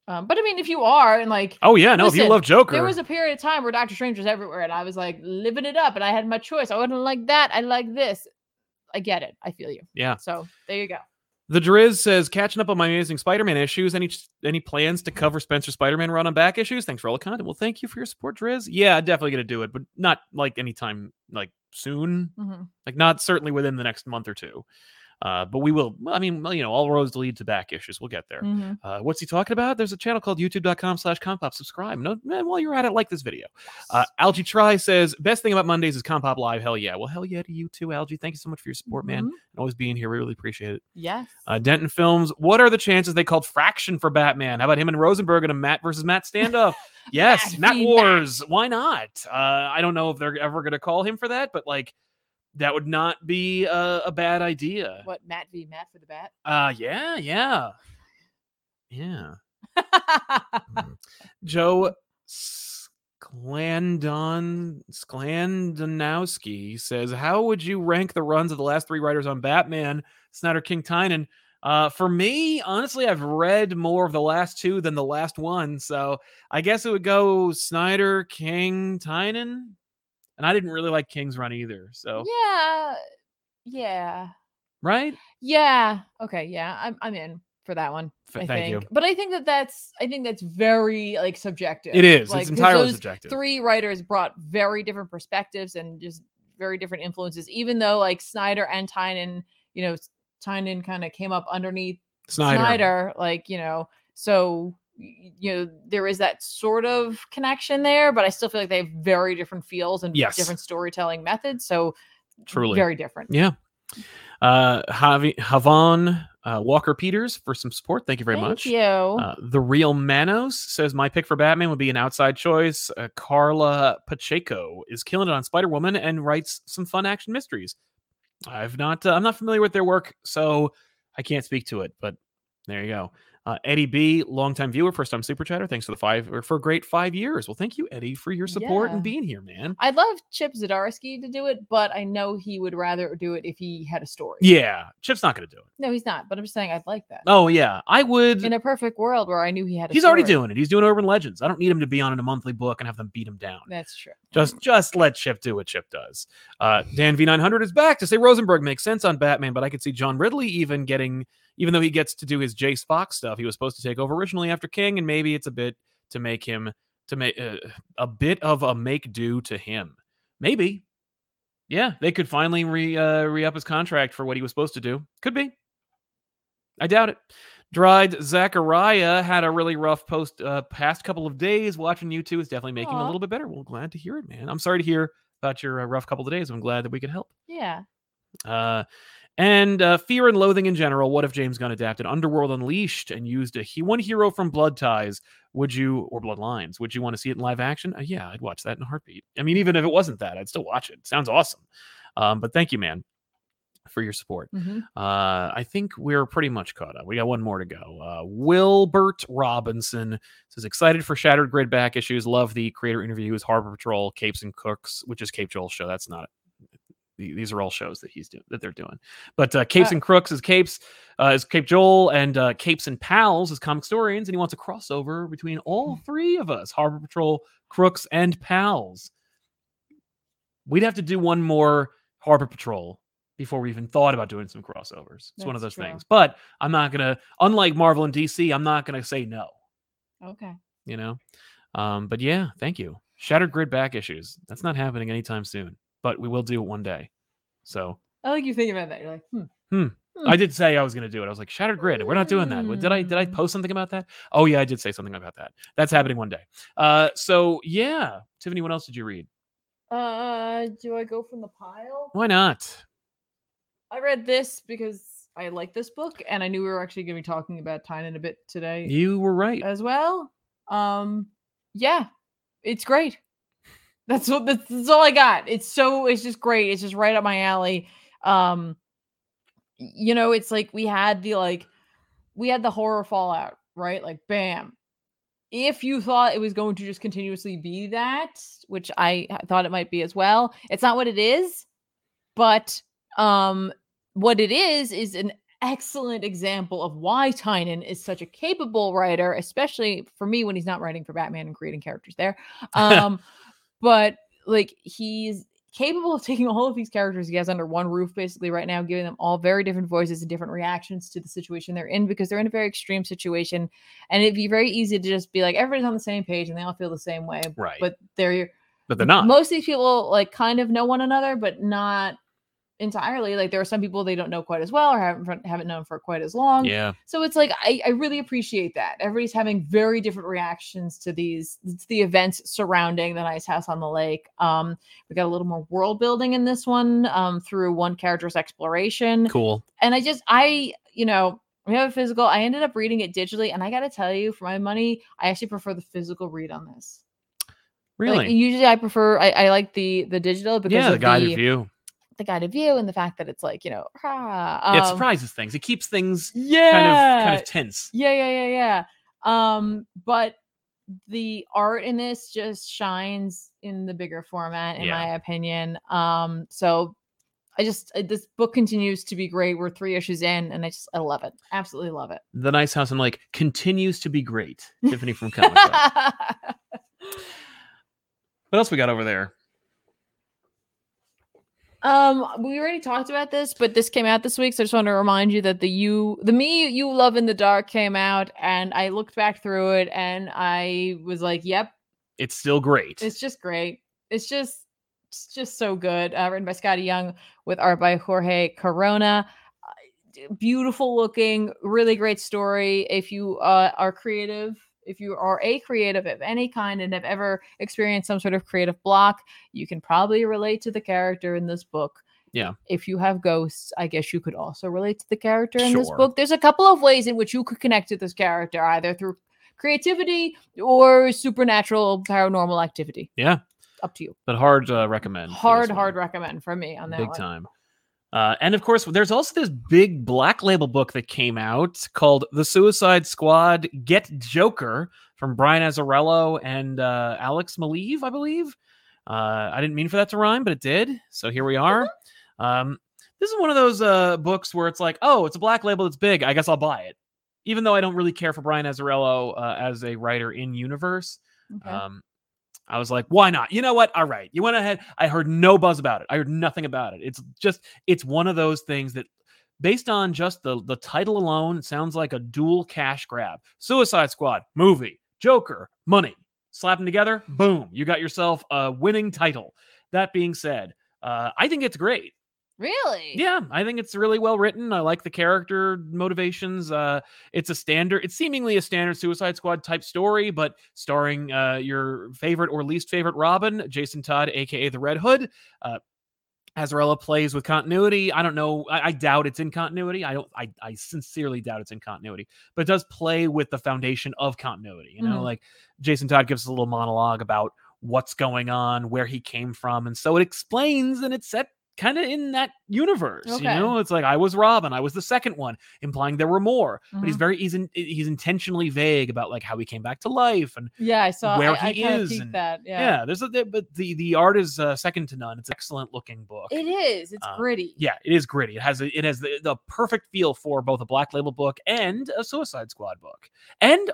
S2: Um, but I mean, if you are, and like,
S1: Oh yeah, no, if you
S2: Listen,
S1: love Joker,
S2: there was a period of time where Doctor Strange was everywhere, and I was like living it up, and I had my choice. I wouldn't like that. I like this. I get it. I feel you.
S1: Yeah.
S2: So there you go.
S1: The Driz says, catching up on my amazing Spider-Man issues. Any any plans to cover Spencer Spider-Man run on back issues? Thanks for all the content. Well, thank you for your support, Driz. Yeah, definitely gonna do it, but not like anytime like soon.
S2: Mhm.
S1: Like not certainly within the next month or two. Uh, but we will. I mean, well, you know, all roads lead to back issues. We'll get there.
S2: Mhm.
S1: Uh, what's he talking about? There's a channel called youtube.com slash compop. Subscribe. No, man, while you're at it, like this video. Uh, Algie Try says, best thing about Mondays is compop live. Hell yeah. Well, hell yeah to you too, Algie. Thank you so much for your support, man.
S2: Mhm.
S1: And always being here. We really appreciate it.
S2: Yes.
S1: Uh, Denton Films, what are the chances they called Fraction for Batman? How about him and Rosenberg in a Matt versus Matt standoff? yes,
S2: Matt
S1: Matt
S2: v. Matt.
S1: Wars. Why not? Uh, I don't know if they're ever going to call him for that, but like, that would not be uh, a bad idea.
S2: what Matt v Matt for the bat?
S1: Uh, yeah, yeah, yeah. Joe Sklandon Sklandonowski says, "How would you rank the runs of the last three writers on Batman, Snyder, King, Tynan?" Uh, for me, honestly, I've read more of the last two than the last one, so I guess it would go Snyder, King, Tynan. And I didn't really like King's run either, so
S2: yeah, yeah,
S1: right?
S2: yeah. Okay, yeah, I'm I'm in for that one.
S1: F-
S2: I
S1: thank
S2: think,
S1: you.
S2: but I think that that's I think that's very like subjective.
S1: It is.
S2: uh, like,
S1: it's
S2: 'cause
S1: entirely
S2: those
S1: subjective.
S2: Three writers brought very different perspectives and just very different influences. Even though like Snyder and Tynan, you know, s- Tynan kind of came up underneath
S1: Snyder.
S2: like you know, so y- you know there is that sort of connection there, but I still feel like they have very different feels and
S1: Yes.
S2: different storytelling methods. So
S1: Truly.
S2: very different.
S1: Yeah. Uh, Javi, Havon uh, Walker Peters for some support. Thank you very
S2: Thank
S1: much.
S2: you.
S1: Uh, the real Manos says my pick for Batman would be an outside choice. Uh, Carla Pacheco is killing it on Spider Woman and writes some fun action mysteries. I've not, uh, I'm not familiar with their work, so I can't speak to it. But there you go. Uh, Eddie B, longtime viewer, first time super chatter. Thanks for the five or for a great five years. Well, thank you, Eddie, for your support
S2: Yeah.
S1: and being here, man.
S2: I'd love Chip Zdarsky to do it, but I know he would rather do it if he had a story.
S1: Yeah, Chip's not going to do it.
S2: No, he's not. But I'm just saying I'd like that.
S1: Oh yeah, I would.
S2: In a perfect world where I knew he had a
S1: He's already
S2: story.
S1: doing it. He's doing Urban Legends. I don't need him to be on in a monthly book and have them beat him down.
S2: That's true.
S1: Just just let Chip do what Chip does. Uh, Dan V900 is back to say Rosenberg makes sense on Batman, but I could see John Ridley even getting, even though he gets to do his Jace Fox stuff, he was supposed to take over originally after King, and maybe it's a bit to make him to make uh, a bit of a make do to him. Maybe, yeah, they could finally re uh, re up his contract for what he was supposed to do. Could be. I doubt it. Dried Zachariah had a really rough post uh, past couple of days. Watching you two is definitely making him a
S2: Aw.
S1: little bit better. Well, glad to hear it, man. I'm sorry to hear about your uh, rough couple of days. I'm glad that we could help.
S2: Yeah.
S1: Uh, and uh, fear and loathing in general. What if James Gunn adapted Underworld Unleashed and used a he- one hero from Blood Ties? Would you or Bloodlines? Would you want to see it in live action? Uh, yeah, I'd watch that in a heartbeat. I mean, even if it wasn't that, I'd still watch it. Sounds awesome. Um, but thank you, man, for your support.
S2: Mhm.
S1: Uh, I think we're pretty much caught up. We got one more to go. Uh, Wilbert Robinson says, excited for Shattered Grid back issues. Love the creator interviews, Harbor Patrol, Capes and Cooks, which is Cape Joel's show. That's not the- these are all shows that he's doing that they're doing. But uh, Capes and Crooks is Capes uh, is Cape Joel and uh, Capes and Pals is Comic Historians, and he wants a crossover between all three of us: Harbor Patrol, Crooks, and Pals. We'd have to do one more Harbor Patrol before we even thought about doing some crossovers. It's one of those
S2: That's true.
S1: things. But I'm not gonna, unlike Marvel and DC, I'm not gonna say no.
S2: Okay.
S1: You know, um, but yeah, thank you. Shattered Grid back issues. That's not happening anytime soon, but we will do it one day. So
S2: I like you think about that. You're like, hmm.
S1: I did say I was going to do it. I was like, Shattered Grid. We're not doing that. What- Did I did I
S2: Mm.
S1: post something about that? Oh yeah, I did say something about that. That's happening one day. Uh, so yeah, Tiffany, what else did you read?
S2: Uh, do I go from the pile?
S1: Why not?
S2: I read this because I like this book, and I knew we were actually going to be talking about Tyne in a bit today
S1: You were right.
S2: as well. Um, yeah, it's great. That's what that's, that's all I got. It's so it's just great. It's just right up my alley. Um, y- you know, it's like we had the like we had the horror fallout, right? Like, bam. If you thought it was going to just continuously be that, which I h- thought it might be as well, it's not what it is, but um, what it is is an excellent example of why Tynan is such a capable writer, especially for me when he's not writing for Batman and creating characters there. Um, but like he's capable of taking all of these characters he has under one roof basically right now, giving them all very different voices and different reactions to the situation they're in because they're in a very extreme situation. And it'd be very easy to just be like, everybody's on the same page and they all feel the same way,
S1: Right, but,
S2: but they're
S1: they're not.
S2: most of these people like kind of know one another, but not entirely. Like there are some people they don't know quite as well or haven't fr- haven't known for quite as long.
S1: yeah,
S2: So it's like I, I really appreciate that. Everybody's having very different reactions to these to the events surrounding the nice house on the lake. Um, we got a little more world building in this one um, through one character's exploration
S1: cool.
S2: and I just I you know we have a physical. I ended up reading it digitally, and I got to tell you, for my money, I actually prefer the physical read on this. Like,
S1: Really?
S2: usually, I prefer I, I like the the digital because
S1: yeah, the
S2: of the,
S1: guided view.
S2: the guided view and the fact that it's like you know ah,
S1: Yeah, it
S2: um,
S1: surprises things. It keeps things
S2: yeah
S1: kind of kind of tense.
S2: yeah, yeah, yeah, yeah. Um, but the art in this just shines in the bigger format, in
S1: Yeah.
S2: my opinion. Um, so I just uh, this book continues to be great. We're three issues in, and I just I love it. Absolutely love it.
S1: The nice house and like continues to be great. Tiffany from Comic Book. What else we got over there?
S2: um, we already talked about this, but this came out this week, so I just want to remind you that the you, the me you love in the dark came out, and I looked back through it, and I was like, "Yep,
S1: It's still great.
S2: It's just great. It's just it's just so good. Uh, written by Scotty Young with art by Jorge Corona. Uh, d- Beautiful looking, really great story. If you uh, are creative, if you are a creative of any kind and have ever experienced some sort of creative block, you can probably relate to the character in this book.
S1: Yeah.
S2: If you have ghosts, I guess you could also relate to the character in this
S1: Sure.
S2: book. There's a couple of ways in which you could connect to this character, either through creativity or supernatural paranormal activity.
S1: Yeah.
S2: Up to you.
S1: but hard uh, recommend. for this
S2: Hard,
S1: one.
S2: hard recommend from me on that
S1: big
S2: one.
S1: time uh, and of course there's also this big black label book that came out called the suicide squad get joker from brian azarello and uh, alex maleev i believe uh, i didn't mean for that to rhyme but it did so here we are
S2: Mm-hmm.
S1: um, this is one of those uh, books where it's like oh it's a black label that's big i guess i'll buy it even though i don't really care for brian azarello uh, as a writer in universe
S2: Okay.
S1: um, I was like, why not? You know what? All right. You went ahead. I heard no buzz about it. I heard nothing about it. It's just, it's one of those things that, based on just the the title alone, it sounds like a dual cash grab. Suicide Squad movie, Joker, money, slap them together, boom, you got yourself a winning title. That being said, uh, I think it's great.
S2: really?
S1: Yeah, I think it's really well written. I like the character motivations. Uh, it's a standard, it's seemingly a standard Suicide Squad type story, but starring uh, your favorite or least favorite Robin, Jason Todd, aka the Red Hood. Uh, Azarella plays with continuity. I don't know. I, I doubt it's in continuity. I don't. I, I sincerely doubt it's in continuity. But it does play with the foundation of continuity. You know,
S2: Mhm.
S1: like Jason Todd gives us a little monologue about what's going on, where he came from, and so it explains and it set kind of in that universe. You
S2: Okay.
S1: know, it's like I was Robin, I was the second one, implying there were more. But
S2: Mm-hmm.
S1: he's very he's, in, he's intentionally vague about like how he came back to life and
S2: Yeah, I saw.
S1: where
S2: I,
S1: he
S2: I kinda
S1: is
S2: peeked
S1: and-
S2: that.
S1: yeah, there's a there- but the the art is uh, second to none. It's an excellent looking book.
S2: It is. It's
S1: Um,
S2: gritty.
S1: yeah, it is gritty. It has a, it has the, the perfect feel for both a Black Label book and a Suicide Squad book and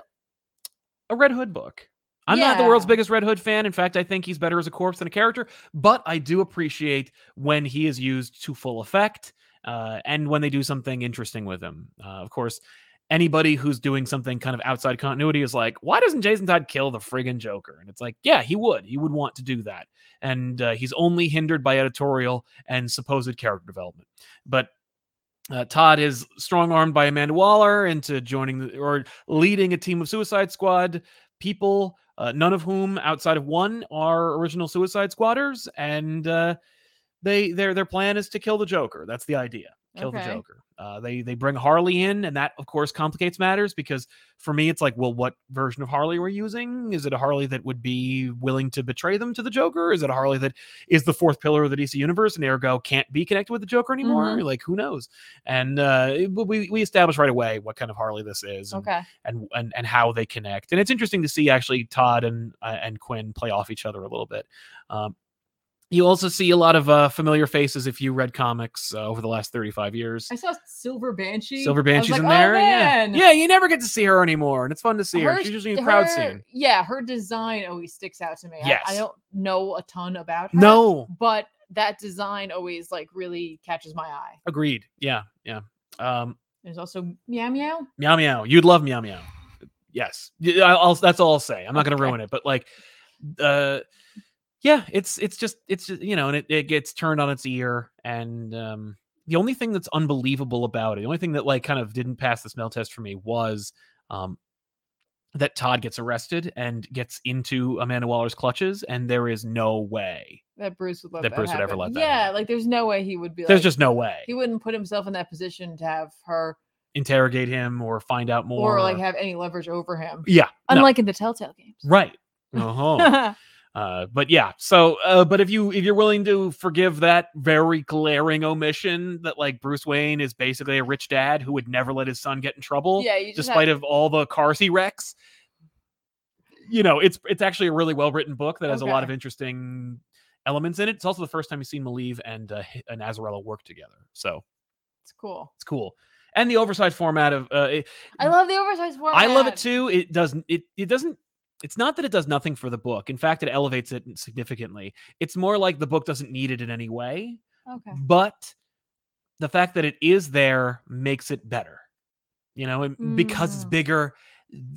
S1: a Red Hood book. I'm not the world's
S2: Yeah.
S1: biggest Red Hood fan. In fact, I think he's better as a corpse than a character, but I do appreciate when he is used to full effect uh, and when they do something interesting with him. Uh, of course, anybody who's doing something kind of outside continuity is like, why doesn't Jason Todd kill the friggin' Joker? And it's like, yeah, he would. He would want to do that. And uh, he's only hindered by editorial and supposed character development. But uh, Todd is strong armed by Amanda Waller into joining the, or leading a team of Suicide Squad people, uh, none of whom outside of one are original Suicide Squatters, and uh, they their their plan is to kill the Joker. That's the idea. Kill
S2: Okay.
S1: the Joker. Uh, they they bring Harley in, and that of course complicates matters because for me it's like, well, what version of Harley we're using? Is it a Harley that would be willing to betray them to the Joker? Is it a Harley that is the fourth pillar of the DC universe and ergo can't be connected with the Joker anymore?
S2: Mhm.
S1: Like who knows? And uh, it- we we establish right away what kind of Harley this is. and
S2: Okay.
S1: and and and how they connect. And it's interesting to see actually Todd and uh, and Quinn play off each other a little bit. Um, you also see a lot of uh, familiar faces if you read comics uh, over the last 35 years.
S2: I saw Silver Banshee.
S1: Silver Banshee's
S2: I was like,
S1: in
S2: "Oh,
S1: there.
S2: man."
S1: Yeah. yeah, you never get to see her anymore. And it's fun to see her.
S2: Her-
S1: She's usually in a crowd
S2: Her-
S1: scene.
S2: Yeah, her design always sticks out to me. I- I,
S1: Yes.
S2: don't know a ton about her.
S1: No,
S2: But that design always like really catches my eye.
S1: agreed. Yeah, yeah. Um,
S2: There's also meow meow.
S1: meow meow. You'd love meow meow. Yes, Y- I- I'll, that's all I'll say. I'm not going to
S2: Okay.
S1: ruin it, but like, uh, yeah, it's it's just it's just, you know, and it, it gets turned on its ear. And um, the only thing that's unbelievable about it, the only thing that like kind of didn't pass the smell test for me was um, that Todd gets arrested and gets into Amanda Waller's clutches, and there is no way.
S2: That Bruce would love
S1: That
S2: that.
S1: Bruce would ever
S2: happen.
S1: let that
S2: Yeah,
S1: happen.
S2: like there's no way he would be.
S1: There's
S2: like,
S1: just no way.
S2: he wouldn't put himself in that position to have her
S1: Interrogate him or find out more.
S2: or like have any leverage over him.
S1: yeah, no,
S2: Unlike in the Telltale games.
S1: right. Uh-huh. Uh, but yeah, so uh, but if you if you're willing to forgive that very glaring omission that like Bruce Wayne is basically a rich dad who would never let his son get in trouble,
S2: yeah, you just
S1: despite
S2: have,
S1: of all the cars he wrecks, you know, it's it's actually a really well written book that has a lot of
S2: Okay.
S1: interesting elements in it. It's also the first time you've seen Malieve and uh, H- and Azarella work together, so
S2: it's cool.
S1: it's cool. And the oversized format of uh, it-
S2: I love the oversized format.
S1: I love it too. It doesn't. It it doesn't. It's not that it does nothing for the book. In fact, it elevates it significantly. It's more like the book doesn't need it in any way,
S2: Okay.
S1: but the fact that it is there makes it better. You know, and because it's
S2: Mm.
S1: bigger,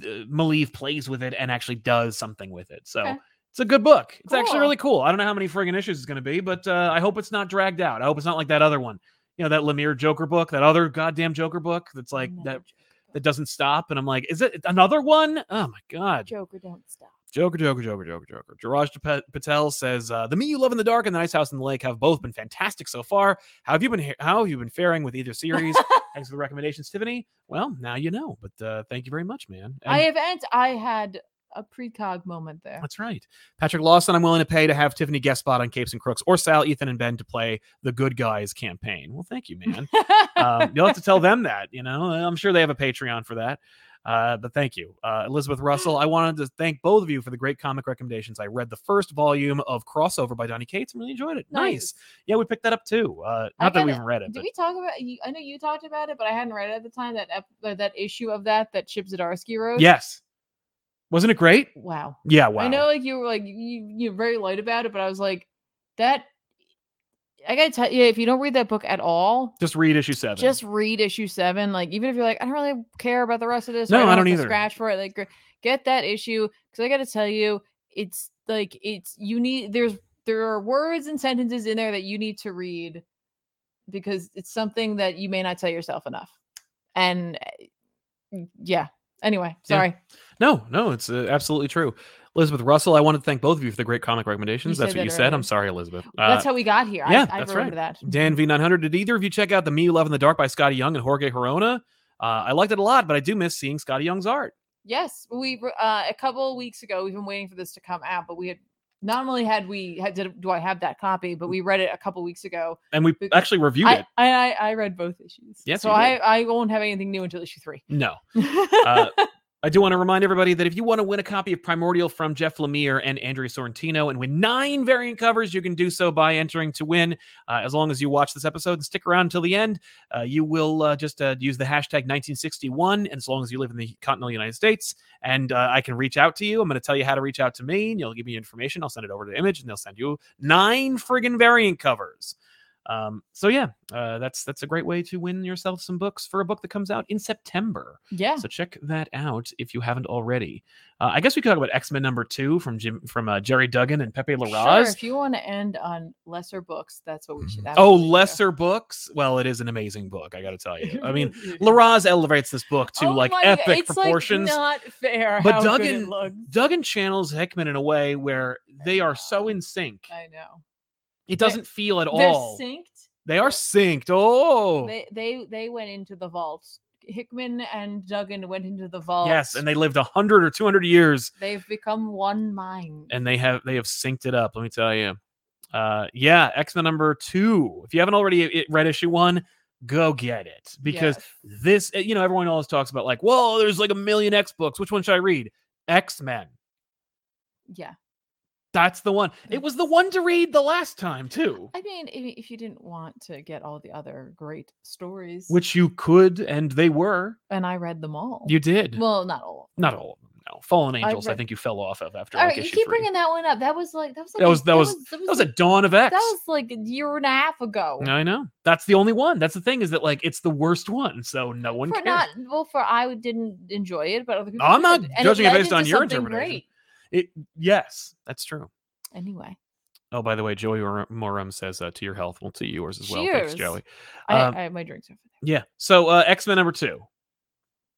S1: th- Malieve plays with it and actually does something with it. So.
S2: Okay.
S1: It's a good book. It's actually
S2: Cool.
S1: really cool. I don't know how many friggin' issues it's going to be, but uh, I hope it's not dragged out. I hope it's not like that other one, you know, that Lemire Joker book, that other goddamn Joker book that's like
S2: No,
S1: that
S2: Joker,
S1: that doesn't stop. And I'm like, is it another one? Oh my God.
S2: Joker, don't stop.
S1: Joker, Joker, Joker, Joker, Joker. Jiraj Pat- Patel says, uh, "The Me You Love in the Dark and The Nice House in the Lake have both been fantastic so far. How have you been? he- How have you been faring with either series? Thanks for the recommendations, Tiffany. Well, now you know. But uh, thank you very much, man. And-
S2: I have ent- I had a precog moment there.
S1: that's right. Patrick Lawson, I'm willing to pay to have Tiffany guest spot on Capes and Crooks or Sal, Ethan, and Ben to play the Good Guys campaign. Well, thank you, man. um, you'll have to tell them that you know i'm sure they have a patreon for that uh, but thank you uh, elizabeth russell i wanted to thank both of you for the great comic recommendations i read the first volume of crossover by donnie cates and really enjoyed it nice,
S2: Nice.
S1: yeah we picked that up too uh,
S2: I
S1: not that
S2: gotta-
S1: we've read it
S2: Did
S1: but
S2: we talk about? you- I know you talked about it, but I hadn't read it at the time. That ep- uh, that issue of that that Chip Zdarsky wrote.
S1: yes wasn't it great
S2: Wow.
S1: yeah wow
S2: I know, like you were like you you were very light about it, but I was like that. I gotta tell you, if you don't read that book at all,
S1: just read issue seven
S2: just read issue seven. Like, even if you're like, I don't really care about the rest of this. or
S1: No, I
S2: have
S1: don't
S2: to
S1: either.
S2: Scratch for it. Like, gr- get that issue because I got to tell you, it's like it's you need. There's there are words and sentences in there that you need to read because it's something that you may not tell yourself enough. And eh, y- yeah. Anyway,
S1: Yeah.
S2: sorry.
S1: no no it's uh, absolutely true elizabeth russell i want to thank both of you for the great comic recommendations
S2: You
S1: that's
S2: said
S1: what you
S2: that
S1: said i'm
S2: already.
S1: sorry elizabeth
S2: That's how we got here.
S1: Uh, yeah,
S2: I, I
S1: that's right.
S2: remember that.
S1: Dan V900. Did either of you check out The Me You Love in the Dark by Scotty Young and Jorge Corona? Uh, I liked it a lot, but I do miss seeing Scotty Young's art.
S2: Yes, we re- uh, a couple weeks ago. We've been waiting for this to come out, but we had not only had we had did, do I have that copy, but we read it a couple weeks ago.
S1: and we
S2: Be-
S1: actually reviewed
S2: I,
S1: it.
S2: I I I read both issues.
S1: Yes,
S2: so
S1: you
S2: I
S1: did.
S2: I won't have anything new until issue three.
S1: No. Uh, I do want to remind everybody that if you want to win a copy of Primordial from Jeff Lemire and Andrea Sorrentino and win nine variant covers, you can do so by entering to win. Uh, as long as you watch this episode and stick around until the end, uh, you will uh, just uh, use the hashtag 1961. And as long as you live in the continental United States, and uh, I can reach out to you, I'm going to tell you how to reach out to me, and you'll give me information. I'll send it over to Image, and they'll send you nine friggin' variant covers. Um, so yeah, uh, that's that's a great way to win yourself some books for a book that comes out in September.
S2: yeah.
S1: So check that out if you haven't already. Uh, I guess we could talk about X Men number two from Jim from uh, Jerry Duggan and Pepe
S2: Sure,
S1: Larraz.
S2: if you want to end on lesser books, that's what we should.
S1: oh,
S2: absolutely do.
S1: lesser books. Well, it is an amazing book. I got to tell you. I mean,
S2: It
S1: Larraz elevates this book to
S2: Oh
S1: like
S2: my-
S1: epic
S2: it's, like,
S1: proportions.
S2: not fair.
S1: But
S2: how good it
S1: Duggan-
S2: looks.
S1: Duggan channels Hickman in a way where they are so in sync.
S2: I know.
S1: It doesn't feel at
S2: They're
S1: all.
S2: synced.
S1: They are synced. Oh,
S2: They they they went into the vault. Hickman and Duggan went into the vault.
S1: yes, and they lived a hundred or two hundred years
S2: they've become one mind.
S1: and they have they have synced it up. Let me tell you. Uh, yeah, X Men number two. If you haven't already i- i- read issue one, go get it because
S2: Yes.
S1: this, eh, you know, everyone always talks about like, whoa, there's like a million X books. Which one should I read? X Men.
S2: yeah,
S1: That's the one.
S2: Mm.
S1: It was the one to read the last time too,
S2: I mean, if, if you didn't want to get all the other great stories,
S1: which you could, and they were.
S2: and I read them all.
S1: You did
S2: well, not all.
S1: not all of them. No, Fallen Angels. I,
S2: read-
S1: think you fell off of after
S2: All
S1: like
S2: right, you
S1: issue
S2: keep
S1: three.
S2: bringing that one up. That was like that was like
S1: That
S2: a-
S1: was- that was-
S2: that
S1: that was a
S2: like,
S1: Dawn of
S2: that
S1: X.
S2: was like a year and a half ago.
S1: I know. That's the only one. That's the thing is that like it's the worst one, so no one
S2: for
S1: cares.
S2: not well for I didn't enjoy it, but other people.
S1: I'm not
S2: did, and
S1: judging it
S2: led
S1: based on
S2: into
S1: your
S2: something
S1: interpretation.
S2: Great.
S1: It yes, that's true.
S2: Anyway,
S1: Oh, by the way, Joey Mor- Morum says uh, to your health. Well, to yours as well. Thanks,
S2: Cheers.
S1: Joey.
S2: I,
S1: Um,
S2: I have my drinks over there.
S1: Yeah. So uh, X Men number two.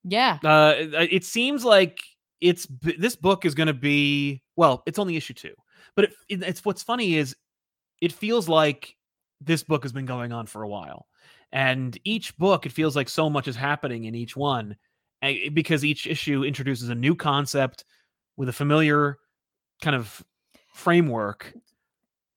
S2: Yeah,
S1: Uh, it, it seems like it's b- this book is going to be well. It's only issue two, but it, it- it's what's funny is it feels like this book has been going on for a while, and each book it feels like so much is happening in each one, eh, because each issue introduces a new concept with a familiar kind of framework.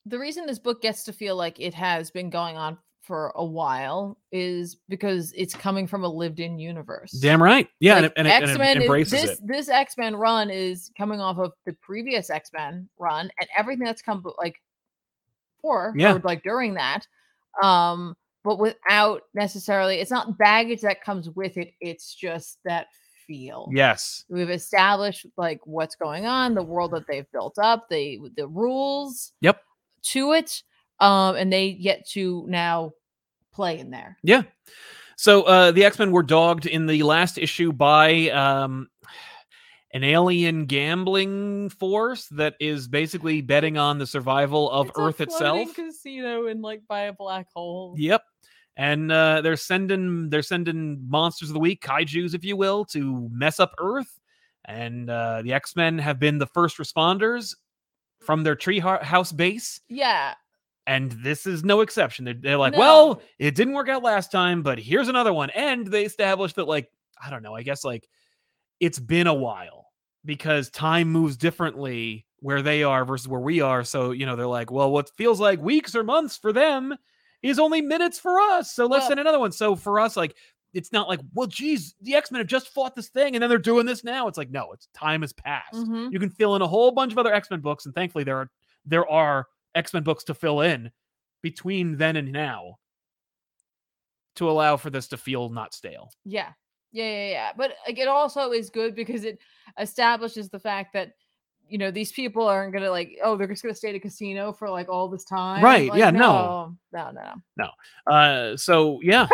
S2: the reason this book gets to feel like it has been going on for a while is because it's coming from a lived-in universe.
S1: Damn right. Yeah,
S2: Like,
S1: and, it, and, it, and it
S2: X-Men is-
S1: embraces
S2: this,
S1: it.
S2: This X Men run is coming off of the previous X Men run, and everything that's come b- like before
S1: Yeah.
S2: or like during that, um, but without necessarily, it's not baggage that comes with it. It's just that feel.
S1: Yes.
S2: We've established like what's going on, the world that they've built up, the the rules.
S1: Yep.
S2: To it, um, and they get to now play in there.
S1: Yeah. So uh, the X Men were dogged in the last issue by um, an alien gambling force that is basically betting on the survival of Earth itself.
S2: casino and like by a black hole.
S1: Yep. And uh, they're sending they're sending monsters of the week, kaiju's, if you will, to mess up Earth. And uh, the X Men have been the first responders from their treehouse base.
S2: Yeah.
S1: And this is no exception. They're, they're like,
S2: No.
S1: well, it didn't work out last time, but here's another one. And they established that, like, I don't know, I guess like it's been a while because time moves differently where they are versus where we are. So, you know, they're like, well, what feels like weeks or months for them is only minutes for us. So let's
S2: Well-
S1: send another one. So for us, like, it's not like, well, geez, the X Men have just fought this thing and then they're doing this now. It's like, no, it's time has passed
S2: Mhm.
S1: you can fill in a whole bunch of other x-men books and thankfully there are there are x-men books to fill in between then and now to allow for this to feel not stale
S2: Yeah. Yeah, yeah, yeah. But like, it also is good because it establishes the fact that you know these people aren't gonna like oh they're just gonna stay at a casino for like all this time.
S1: Right,
S2: Like,
S1: yeah, no.
S2: no, no, no.
S1: uh so yeah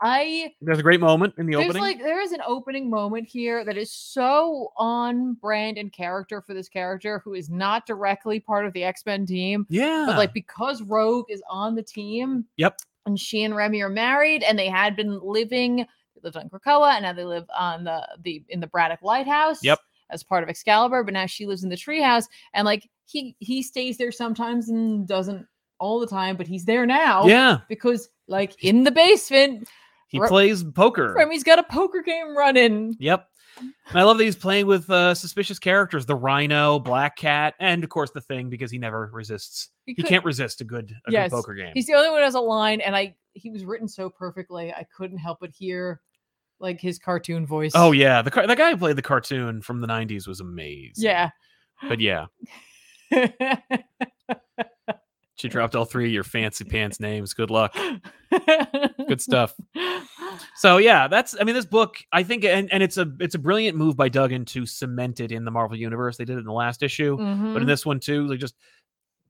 S2: I
S1: there's a great moment in the
S2: there's
S1: opening
S2: like there is an opening moment here that is so on brand and character for this character who is not directly part of the X Men team,
S1: yeah
S2: but like because Rogue is on the team.
S1: Ah. Yep.
S2: And she and Remy are married, and they had been living. They lived on Krakoa, and now they live on the the in the Braddock Lighthouse.
S1: Yep.
S2: As part of Excalibur, but now she lives in the treehouse, and like he he stays there sometimes and doesn't all the time, but he's there now
S1: yeah
S2: because like in the basement,
S1: he
S2: Ro-
S1: plays poker
S2: Remy's got a poker game running.
S1: yep And I love that he's playing with uh, suspicious characters: the Rhino, Black Cat, and of course the Thing, because he never resists. He
S2: could-
S1: can't resist a good, a
S2: Yes.
S1: good poker game.
S2: He's the only one who has a line, and I he was written so perfectly, I couldn't help but hear like his cartoon voice.
S1: Oh yeah, the car- the guy who played the cartoon from the '90s was amazing.
S2: yeah.
S1: but yeah, she dropped all three of your fancy pants names. Good luck. Good stuff. So yeah, that's I mean this book I think and and it's a it's a brilliant move by Duggan to cement it in the Marvel universe. They did it in the last issue, but in
S2: Mhm.
S1: this one too, they just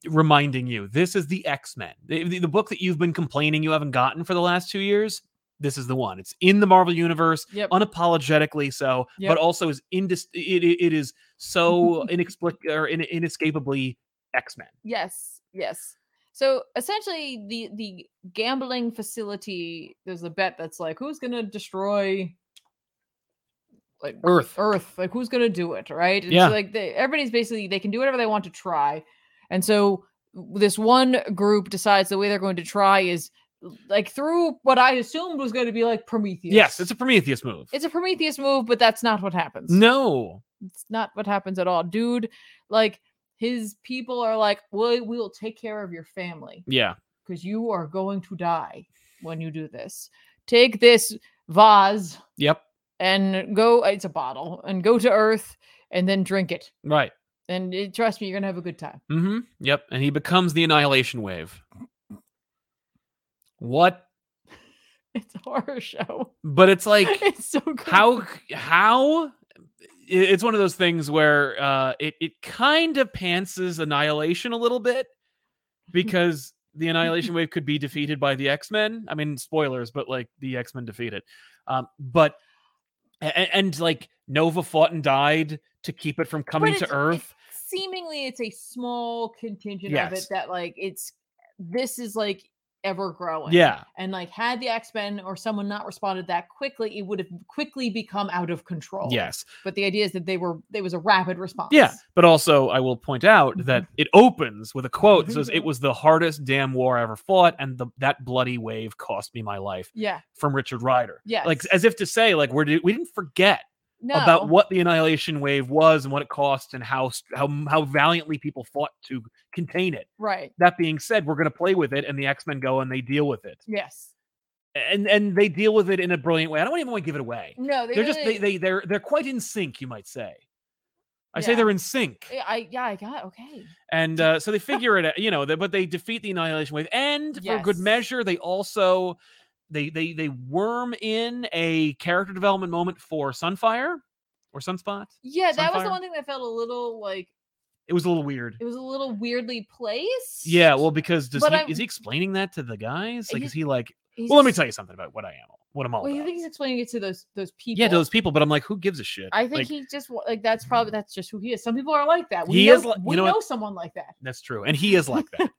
S1: reminding you this is the X-Men. The, the- the book that you've been complaining you haven't gotten for the last 2 years, this is the one. It's in the Marvel universe
S2: Yep.
S1: unapologetically so,
S2: Yep.
S1: but also is indis- it, it it is so inexplicably or in, inescapably X-Men.
S2: Yes, yes. So essentially, the the gambling facility. There's a bet that's like, who's gonna destroy like
S1: Earth.
S2: Earth? Like, who's gonna do it? Right? And so,
S1: Yeah.
S2: like, they, everybody's basically they can do whatever they want to try, and so w- this one group decides the way they're going to try is l- like through what I assumed was going to be like Prometheus.
S1: Yes, it's a Prometheus move.
S2: it's a Prometheus move, but that's not what happens
S1: no.
S2: it's not what happens at all dude like his people are like well we'll take care of your family
S1: Yeah.
S2: because you are going to die when you do this take this vase
S1: Yep.
S2: and go it's a bottle and go to earth and then drink it
S1: Right.
S2: and it, trust me you're gonna have a good time
S1: Mm-hmm. Yep. And he becomes the Annihilation Wave. What?
S2: it's a horror show
S1: But it's like
S2: it's so good
S1: how c- how i- it's one of those things where uh it, it kind of pantses annihilation a little bit because the annihilation wave could be defeated by the x-men i mean spoilers but like the x-men defeat it um but a- a- and, like nova fought and died to keep it from coming
S2: it's-
S1: to
S2: it's-
S1: earth
S2: seemingly it's a small contingent of it
S1: Yes.
S2: that like it's this is like ever growing
S1: yeah
S2: And like, had the X Men or someone not responded that quickly, it would have quickly become out of control.
S1: yes
S2: But the idea is that they were, there was a rapid response.
S1: Yeah, but also I will point out
S2: Mm-hmm.
S1: that it opens with a quote that says, "It was the hardest damn war I ever fought, and the, that bloody wave cost me my life."
S2: Yeah.
S1: From Richard Ryder,
S2: Yes.
S1: like as if to say, like we're we didn't forget
S2: no.
S1: about what the annihilation wave was and what it cost and how st- how how valiantly people fought to contain it.
S2: Right.
S1: That being said, we're going to play with it, and the X Men go and they deal with it,
S2: Yes.
S1: and and they deal with it in a brilliant way. I don't even want to give it away.
S2: No, they
S1: They're just they,
S2: really-
S1: they they're they're quite in sync, you might say. I say
S2: Yeah.
S1: they're in sync.
S2: Yeah, I, yeah, I got, okay.
S1: And uh, so they figure it out, you know, they, but they defeat the annihilation wave. And for good
S2: Yes.
S1: measure, they also they they they worm in a character development moment for Sunfire or Sunspot.
S2: Yeah. That was the
S1: Sunfire?
S2: one thing that felt a little like,
S1: It was a little weird.
S2: it was a little weirdly placed.
S1: Yeah, well, because does
S2: But
S1: he,
S2: I'm-
S1: is he explaining that to the guys? Like,
S2: He-
S1: is he like?
S2: He's
S1: Well, let me
S2: ex-
S1: tell you something about what I am, what I'm all
S2: Well, you
S1: about.
S2: think he's explaining it to those, those people.
S1: Yeah, to those people, but I'm like, who gives a shit?
S2: I think
S1: Like,
S2: he just wa- like that's probably that's just who he is. Some people are like that. We
S1: He
S2: know,
S1: is like- you
S2: we
S1: know what?
S2: know someone like that.
S1: that's true, and he is like that.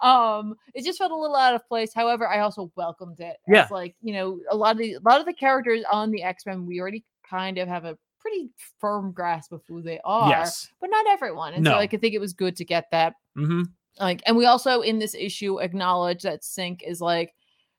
S2: um it just felt a little out of place however i also welcomed it
S1: Yeah.
S2: as, like you know a lot of the a lot of the characters on the x-men we already kind of have a pretty firm grasp of who they are
S1: yes.
S2: but not everyone and so
S1: No.
S2: like, i could think it was good to get that
S1: Mm-hmm.
S2: like and we also in this issue acknowledge that sync is like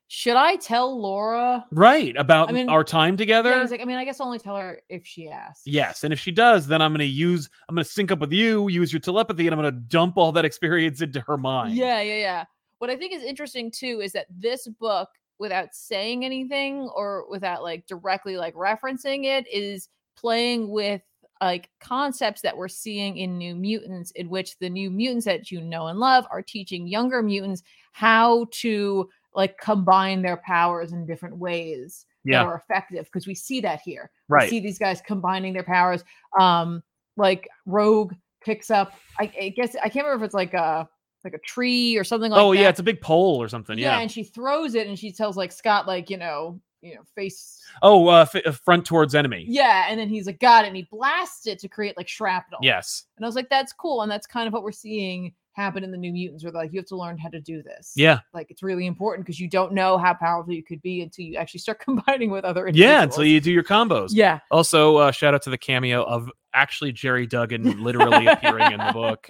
S2: should i tell laura
S1: Right about
S2: mean,
S1: our time together.
S2: yeah, I was like, I mean, I guess I'll only tell her if she asks.
S1: Yes, and if she does, then I'm going to use I'm going to sync up with you, use your telepathy, and I'm going to dump all that experience into her mind.
S2: Yeah, yeah, yeah. What I think is interesting too is that this book, without saying anything or without like directly like referencing it, is playing with like concepts that we're seeing in New Mutants, in which the new mutants that you know and love are teaching younger mutants how to like combine their powers in different ways
S1: yeah,
S2: that are effective. Because we see that here
S1: right.
S2: see these guys combining their powers. Um, like Rogue picks up, I, I guess I can't remember if it's like a like a tree or something like
S1: oh
S2: that.
S1: yeah, it's a big pole or something.
S2: yeah,
S1: Yeah.
S2: and she throws it and she tells like Scott, like, you know, you know, face
S1: Oh, uh, f- uh, front towards enemy.
S2: yeah, and then he's like, got it, and he blasts it to create like shrapnel.
S1: Yes.
S2: And I was like, that's cool, and that's kind of what we're seeing happen in the new mutants where like you have to learn how to do this.
S1: Yeah.
S2: Like it's really important because you don't know how powerful you could be until you actually start combining with other individuals.
S1: Yeah. Until you do your combos.
S2: Yeah.
S1: Also, uh, shout out to the cameo of actually Jerry Duggan literally appearing in the book.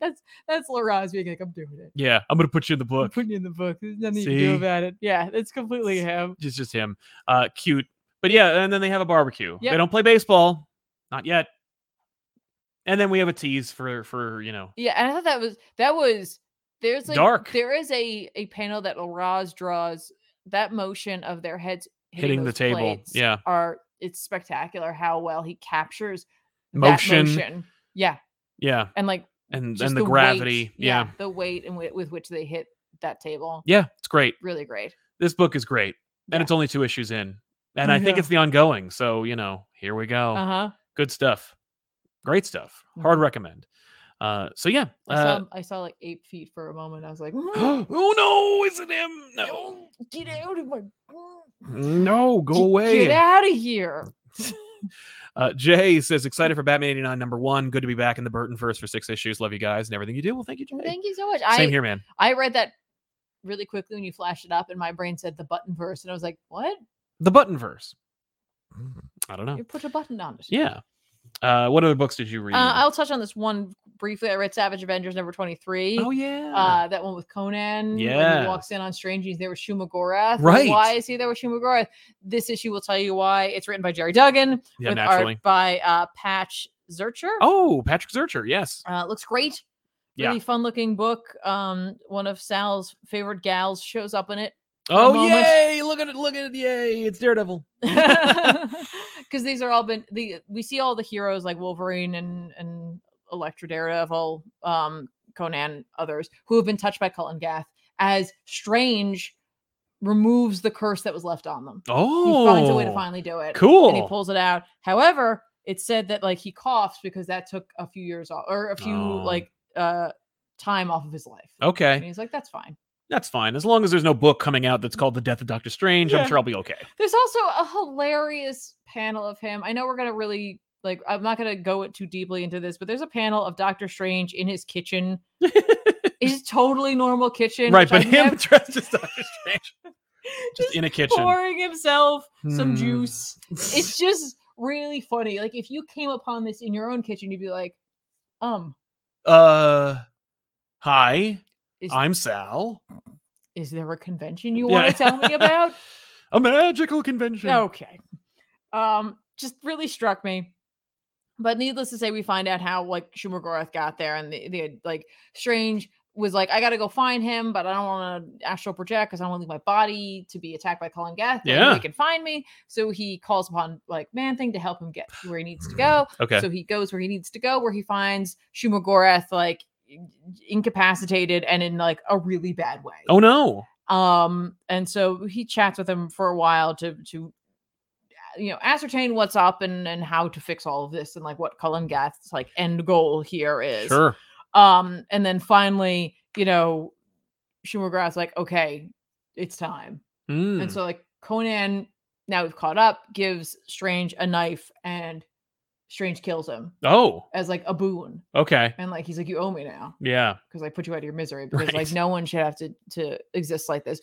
S2: that's that's Laraz being like, I'm doing it.
S1: Yeah, I'm gonna put you in the
S2: I'm
S1: book.
S2: putting you in the book. There's nothing you can do
S1: See?
S2: about it. Yeah, it's completely him.
S1: It's just him. Uh, cute But yeah, and then they have a barbecue.
S2: Yep.
S1: They don't play baseball, not yet. And then we have a tease for for you know
S2: Yeah, and I thought that was that was there's like
S1: Dark.
S2: There is a a panel that Laraz draws that motion of their heads
S1: hitting, the
S2: those
S1: table.
S2: plates
S1: Yeah,
S2: Are it's spectacular how well he captures
S1: Motion.
S2: That motion. Yeah,
S1: yeah,
S2: and like
S1: and
S2: just
S1: and the,
S2: weight-
S1: gravity. yeah.
S2: the weight and wi- with which they hit that table.
S1: yeah, it's great.
S2: Really great.
S1: This book is great, and
S2: Yeah.
S1: it's only two issues in, and I think
S2: Yeah.
S1: it's the ongoing. So you know, here we go.
S2: Uh huh.
S1: Good stuff, great stuff.
S2: Mm-hmm.
S1: Hard recommend. Uh, so yeah.
S2: I saw,
S1: Uh,
S2: him- I saw like eight feet for a moment. I was like,
S1: oh no, is it him? No,
S2: "No, get out of my
S1: no, go
S2: Get-
S1: away.
S2: Get out of here.
S1: Uh, Jay says, excited for Batman 89 number one. Good to be back in the Burton first for six issues. Love you guys and everything you do. Well, thank you, Jay.
S2: Thank you so much. I
S1: Same here, man.
S2: I read that really quickly when you flashed it up, and my brain said the button verse, and I was like, "What?
S1: The button verse.
S2: Mm.
S1: I don't know.
S2: You put a button on it."
S1: Yeah. Uh, what other books did you read?
S2: Uh, I'll touch on this one briefly. I read Savage Avengers number twenty-three.
S1: oh, yeah.
S2: Uh, that one with Conan. when
S1: Yeah.
S2: He walks in on Strange. He's there with Shumagorath.
S1: Right.
S2: Why is he there with Shumagorath? This issue will tell you why. It's written by Jerry Duggan
S1: yeah,
S2: with
S1: naturally.
S2: art by uh, Patch Zercher.
S1: Oh, Patrick Zurcher. Yes.
S2: Uh, looks great.
S1: Yeah.
S2: Really fun looking book. Um, one of Sal's favorite gals shows up in it.
S1: Oh,
S2: moment.
S1: yay. Look at it. Look at it. Yay. It's Daredevil.
S2: because these are all been the we see all the heroes like Wolverine and and Electra Daredevil, um, Conan, others who have been touched by Cullen Gath as Strange removes the curse that was left on them.
S1: Oh.
S2: He finds a way to finally do it. And he
S1: Cool.
S2: pulls it out. However, it's said that like he coughs because that took a few years off or a few
S1: Oh.
S2: like uh time off of his life. And
S1: okay.
S2: he's like, that's fine.
S1: That's fine. As long as there's no book coming out that's called The Death of Doctor Strange,
S2: Yeah.
S1: I'm sure I'll be okay.
S2: There's also a hilarious panel of him. I know we're gonna really like. I'm not gonna go it too deeply into this, but there's a panel of Doctor Strange in his kitchen, his totally normal kitchen.
S1: right.
S2: which
S1: But him
S2: I've never-
S1: dressed as Doctor Strange just
S2: just
S1: in a kitchen.
S2: pouring himself some
S1: Hmm.
S2: juice. It's just really funny. Like if you came upon this in your own kitchen, you'd be like, um,
S1: uh hi
S2: Is-
S1: i'm sal
S2: is there a convention you
S1: Yeah.
S2: want to tell me about?
S1: a magical convention
S2: Okay. Um, just really struck me. But needless to say, we find out how like Shumagorath got there, and the, the like Strange was like, I gotta go find him, but I don't want to astral project because I don't want to leave my body to be attacked by Colin Gath. but I know
S1: Yeah.
S2: he can find me, so he calls upon like Man Thing to help him get to where he needs to go.
S1: Hmm, okay
S2: So he goes where he needs to go, where he finds Shumagorath like incapacitated and in like a really bad way
S1: oh no
S2: um and so he chats with him for a while to to you know ascertain what's up and and how to fix all of this and like what cullen gath's like end goal here is
S1: sure
S2: um and then finally you know shumagrath's like okay it's time
S1: Mm.
S2: and so like conan now we've caught up gives strange a knife and strange kills him
S1: oh
S2: as like a boon
S1: okay
S2: and like he's like you owe me now
S1: yeah
S2: because I put you out of your misery because like
S1: Right.
S2: no one should have to to exist like this.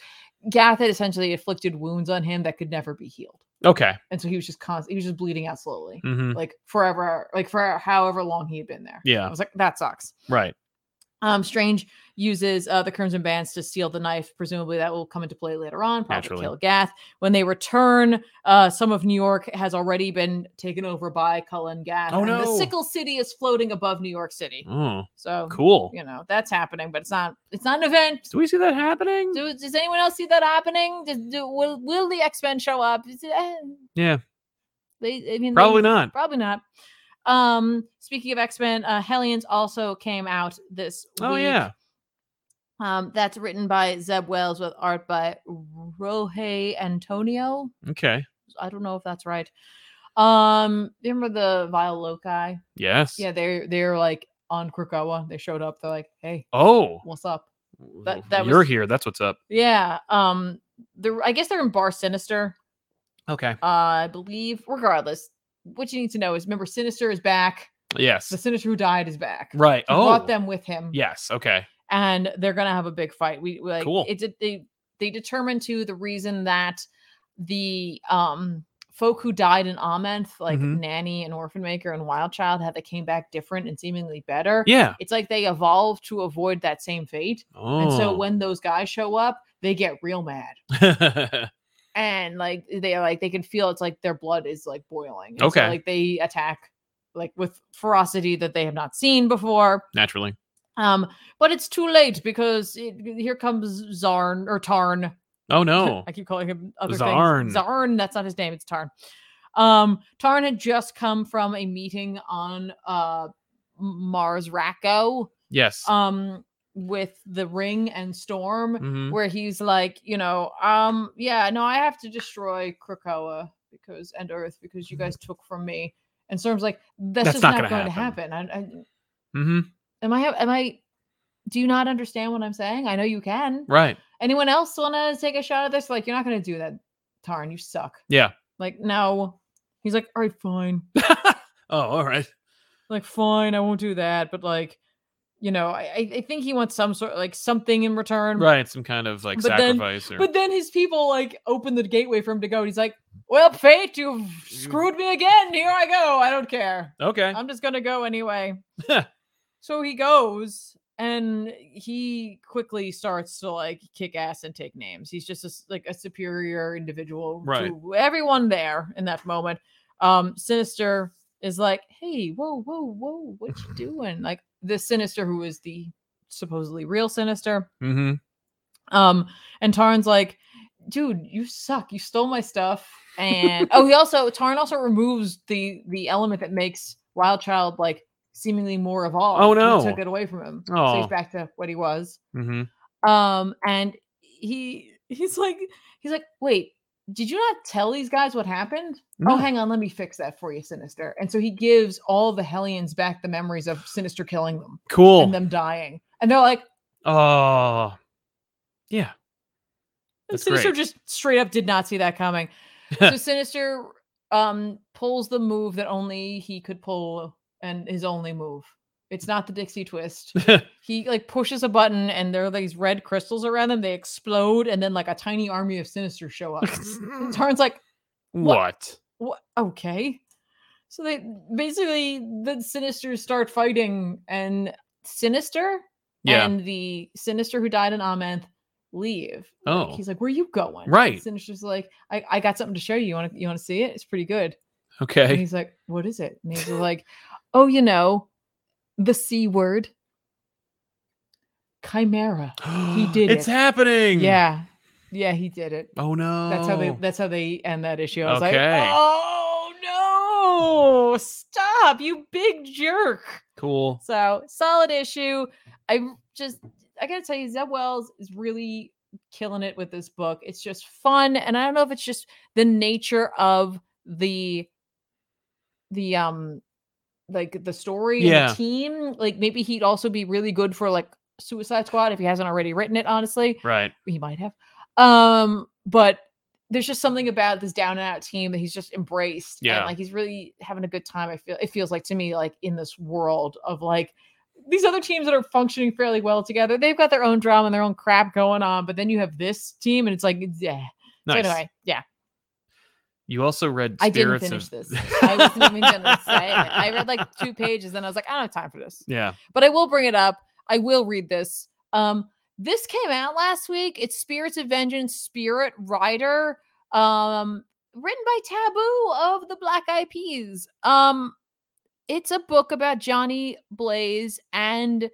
S2: Gath had essentially inflicted wounds on him that could never be healed,
S1: okay
S2: and so he was just constant. He was just bleeding out slowly,
S1: hmm
S2: like forever, like for however long he had been there. I
S1: yeah
S2: was like, that sucks.
S1: right
S2: Um, Strange uses uh, the Crimson Bands to steal the knife. Presumably, that will come into play later on. Probably
S1: Naturally.
S2: kill Gath. When they return, uh, some of New York has already been taken over by Cullen Gath.
S1: Oh,
S2: and The
S1: no.
S2: sickle city is floating above New York City.
S1: oh
S2: So
S1: cool
S2: you know that's happening but it's not it's not an event
S1: do we see that happening
S2: do, does anyone else see that happening does, do, will, will the x-men show up Is it- eh,
S1: yeah
S2: they i mean they-
S1: probably not
S2: probably not um speaking of x-men uh hellions also came out this
S1: oh
S2: week.
S1: yeah
S2: um that's written by zeb wells with art by rohe antonio
S1: okay
S2: i don't know if that's right um you remember the vile loci
S1: yes
S2: yeah they're they're like on Krakoa. they showed up they're like hey
S1: oh
S2: what's up that-
S1: that,
S2: that
S1: you're
S2: was-
S1: here that's what's up
S2: Yeah. Um. They're. I guess they're in Bar Sinister.
S1: okay
S2: Uh, I believe. Regardless, what you need to know is remember Sinister is back.
S1: yes
S2: The Sinister who died is back.
S1: right
S2: He
S1: oh
S2: brought them with him.
S1: yes okay
S2: And they're gonna have a big fight. We we, like
S1: Cool.
S2: it. did- They they determined to the reason that the um folk who died in Amenth, like
S1: Mhm.
S2: Nanny and Orphan Maker and Wild Child, had they came back different and seemingly better.
S1: yeah
S2: It's like they evolved to avoid that same fate.
S1: oh
S2: And so when those guys show up, they get real mad. and like they like they can feel it's like their blood is like boiling. And so,
S1: Okay.
S2: like they attack like with ferocity that they have not seen before.
S1: Naturally.
S2: Um, but it's too late because it, here comes Zarn or Tarn.
S1: Oh no.
S2: I keep calling him other
S1: Zarn.
S2: things. Zarn. That's not his name. It's Tarn. Um, Tarn had just come from a meeting on uh Mars Racco
S1: yes.
S2: um with the Ring and Storm,
S1: Mhm.
S2: where he's like, you know, um, yeah, no, I have to destroy Krakoa because and Earth because you guys took from me. And Storm's like, that's,
S1: Mm-hmm. That's
S2: just
S1: not gonna
S2: not, going
S1: happen."
S2: to happen. I, I,
S1: Mhm.
S2: Am I? Am I? Do you not understand what I'm saying? I know you can.
S1: Right.
S2: Anyone else want to take a shot at this? Like, you're not going to do that, Tarn. You suck.
S1: Yeah.
S2: Like, no. He's like, all right, fine.
S1: oh, all right.
S2: Like, fine, I won't do that. But like, you know, I, I- I think he wants some sort, like, something in return.
S1: Right. Some kind of like
S2: But then-
S1: sacrifice or
S2: But then his people like open the gateway for him to go. And he's like, well, fate, you've screwed me again. Here I go. I don't care.
S1: Okay.
S2: I'm just gonna go anyway. so he goes and he quickly starts to like kick ass and take names. He's just a s like a superior individual
S1: Right.
S2: to everyone there in that moment. Um, Sinister is like, "Hey, whoa, whoa, whoa, what you doing?" Like the Sinister, who is the supposedly real Sinister.
S1: mm-hmm.
S2: Um, and Tarn's like, dude, you suck. You stole my stuff. And oh, he also Tarn also removes the the element that makes Wild Child like seemingly more evolved.
S1: Oh,
S2: He
S1: no.
S2: took it away from him. So
S1: Oh.
S2: he's back to what he was.
S1: Mm-hmm.
S2: Um, and he he's like he's like, wait, did you not tell these guys what happened? Oh,
S1: No.
S2: hang on, let me fix that for you, Sinister. And so he gives all the Hellions back the memories of Sinister killing them
S1: Cool.
S2: and them dying. And they're like,
S1: oh. Yeah.
S2: And
S1: That's
S2: Sinister
S1: great.
S2: just straight up did not see that coming. so Sinister um pulls the move that only he could pull and his only move. It's not the Dixie twist. He like pushes a button and there are these red crystals around them. They explode and then like a tiny army of Sinister show up. And Tarn's like,
S1: what?
S2: what? Okay. So they basically the Sinisters start fighting and Sinister
S1: Yeah.
S2: and the Sinister who died in Amenth leave. Like,
S1: Oh.
S2: he's like, "Where you going?"
S1: Right.
S2: Sinister's like, "I, I got something to show you. You want to you want to see it? It's pretty good." And
S1: okay.
S2: he's like, "What is it?" And he's like, "Oh, you know, the c word, chimera. he did
S1: It's
S2: it.
S1: happening.
S2: Yeah, yeah, he did it.
S1: Hmm. Oh no.
S2: That's how they that's how they end that issue. I was
S1: Okay.
S2: like, "Oh no, stop, you big jerk!"
S1: cool.
S2: So solid issue. I r- just I gotta tell you, Zeb Wells is really killing it with this book. It's just fun, and I don't know if it's just the nature of the the um like the story and
S1: Yeah.
S2: the team. Like maybe he'd also be really good for like Suicide Squad if he hasn't already written it. Honestly,
S1: Right.
S2: he might have. Um, but there's just something about this down and out team that he's just embraced.
S1: Yeah.
S2: And like he's really having a good time. I feel it feels like to me, like in this world of like these other teams that are functioning fairly well together. They've got their own drama and their own crap going on, but then you have this team and it's like, yeah.
S1: Nice.
S2: So anyway, yeah.
S1: You also read
S2: I didn't
S1: Spirits
S2: finish
S1: of...
S2: this. I wasn't even gonna say it. I read like two pages and I was like, I don't have time for this
S1: Yeah.
S2: but I will bring it up. I will read this. Um, this came out last week. It's Spirits of Vengeance, Spirit Rider, um, written by Taboo of the Black Eyed Peas. Um, it's a book about Johnny Blaze and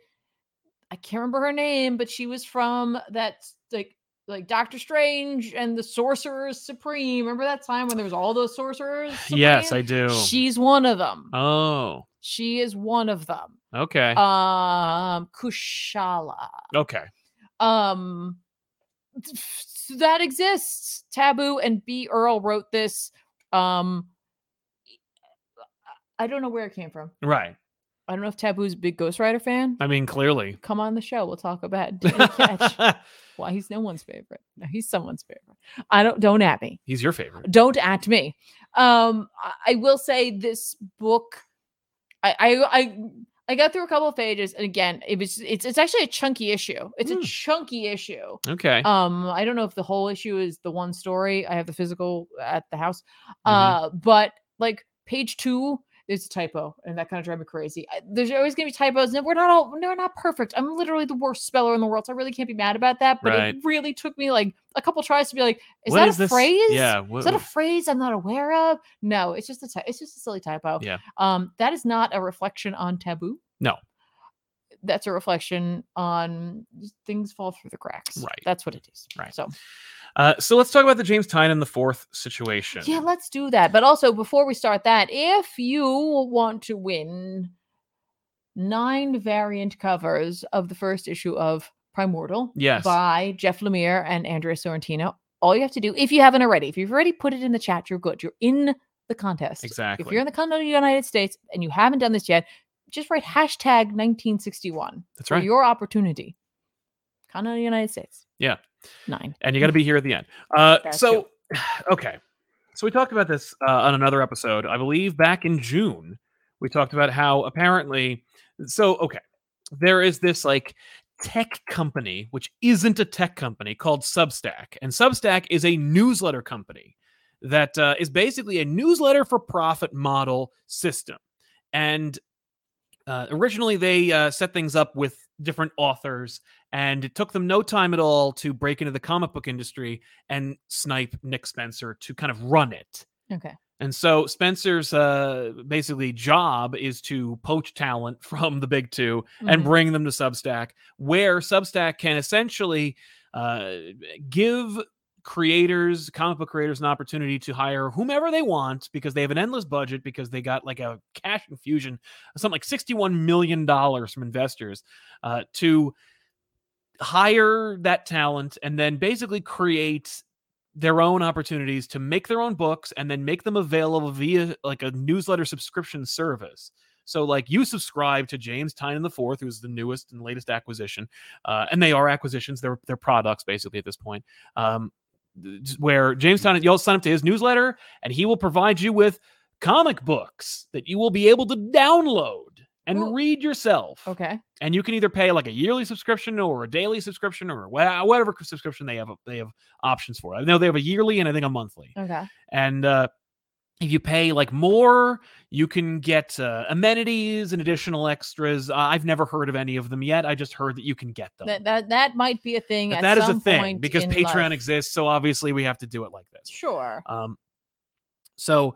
S2: I can't remember her name, but she was from that s- like like Doctor Strange and the Sorcerers Supreme. Remember that time when there was all those sorcerers?
S1: Yes, I
S2: Supreme?
S1: do.
S2: She's one of them.
S1: Oh.
S2: She is one of them
S1: Okay.
S2: Uh um kushala
S1: okay.
S2: um so that exists taboo and b earl wrote this um i don't know where it came from
S1: Right.
S2: i don't know if taboo's a big Ghost Rider fan
S1: I mean, clearly.
S2: come on the show we'll talk about Danny Ketch. why he's no one's favorite no he's someone's favorite i don't don't at me
S1: He's your favorite.
S2: don't at me um I- i will say this book i i i, I got through a couple of pages and again it was it's it's actually a chunky issue it's
S1: Hmm.
S2: a chunky issue
S1: Okay.
S2: um i don't know if the whole issue is the one story i have the physical at the house
S1: Mhm.
S2: uh but like page two It's a typo, and that kind of drives me crazy. I, there's always going to be typos, and we're not all we're not perfect. I'm literally the worst speller in the world, so I really can't be mad about that. But
S1: Right.
S2: it really took me like a couple tries to be like, is
S1: What
S2: that
S1: is
S2: a
S1: this?
S2: phrase?
S1: Yeah. What,
S2: Is that a phrase I'm not aware of? No, it's just a ty- it's just a silly typo.
S1: Yeah.
S2: Um, that is not a reflection on taboo.
S1: No.
S2: That's a reflection on just things fall through the cracks.
S1: Right.
S2: That's what it is.
S1: Right.
S2: So
S1: uh, so let's talk about the James Tynan the fourth situation.
S2: yeah, let's do that. But also before we start that, if you want to win nine variant covers of the first issue of Primordial
S1: Yes.
S2: by Jeff Lemire and Andrea Sorrentino, all you have to do, if you haven't already, if you've already put it in the chat, you're good. You're in the contest.
S1: Exactly.
S2: If you're in the continental United States and you haven't done this yet, just write hashtag 1961
S1: That's
S2: for
S1: right.
S2: your opportunity. Continental United States.
S1: Yeah.
S2: Nine.
S1: and you got to be here at the end. Uh,
S2: That's
S1: so, okay. So we talked about this uh, on another episode, I believe, back in June. We talked about how apparently, so okay, there is this like tech company which isn't a tech company called Substack, and Substack is a newsletter company that uh, is basically a newsletter for profit model system, and. Uh, originally, they uh, set things up with different authors and it took them no time at all to break into the comic book industry and snipe Nick Spencer to kind of run it.
S2: Okay.
S1: And so Spencer's uh, basically job is to poach talent from the big 2 and
S2: Mhm.
S1: bring them to Substack, where Substack can essentially uh, give creators, comic book creators, an opportunity to hire whomever they want because they have an endless budget because they got like a cash infusion, of something like $61 million from investors uh, to hire that talent and then basically create their own opportunities to make their own books and then make them available via like a newsletter subscription service. So like you subscribe to James Tynan the Fourth, who's the newest and latest acquisition, uh, and they are acquisitions; they're they're products basically at this point. Um, th- th- where James Tynan, you'll sign up to his newsletter, and he will provide you with comic books that you will be able to download and
S2: Well-
S1: read yourself.
S2: Okay.
S1: And you can either pay like a yearly subscription or a daily subscription or wha- whatever subscription they have. They have options for. I know they have a yearly and I think a monthly
S2: Okay.
S1: and uh, if you pay like more you can get uh, amenities and additional extras uh, i've never heard of any of them yet i just heard that you can get them
S2: That, that that might be a thing.
S1: But
S2: at
S1: that is a
S2: some
S1: thing
S2: point
S1: because
S2: in
S1: patreon
S2: life.
S1: exists so obviously we have to do it like this
S2: Sure.
S1: um, so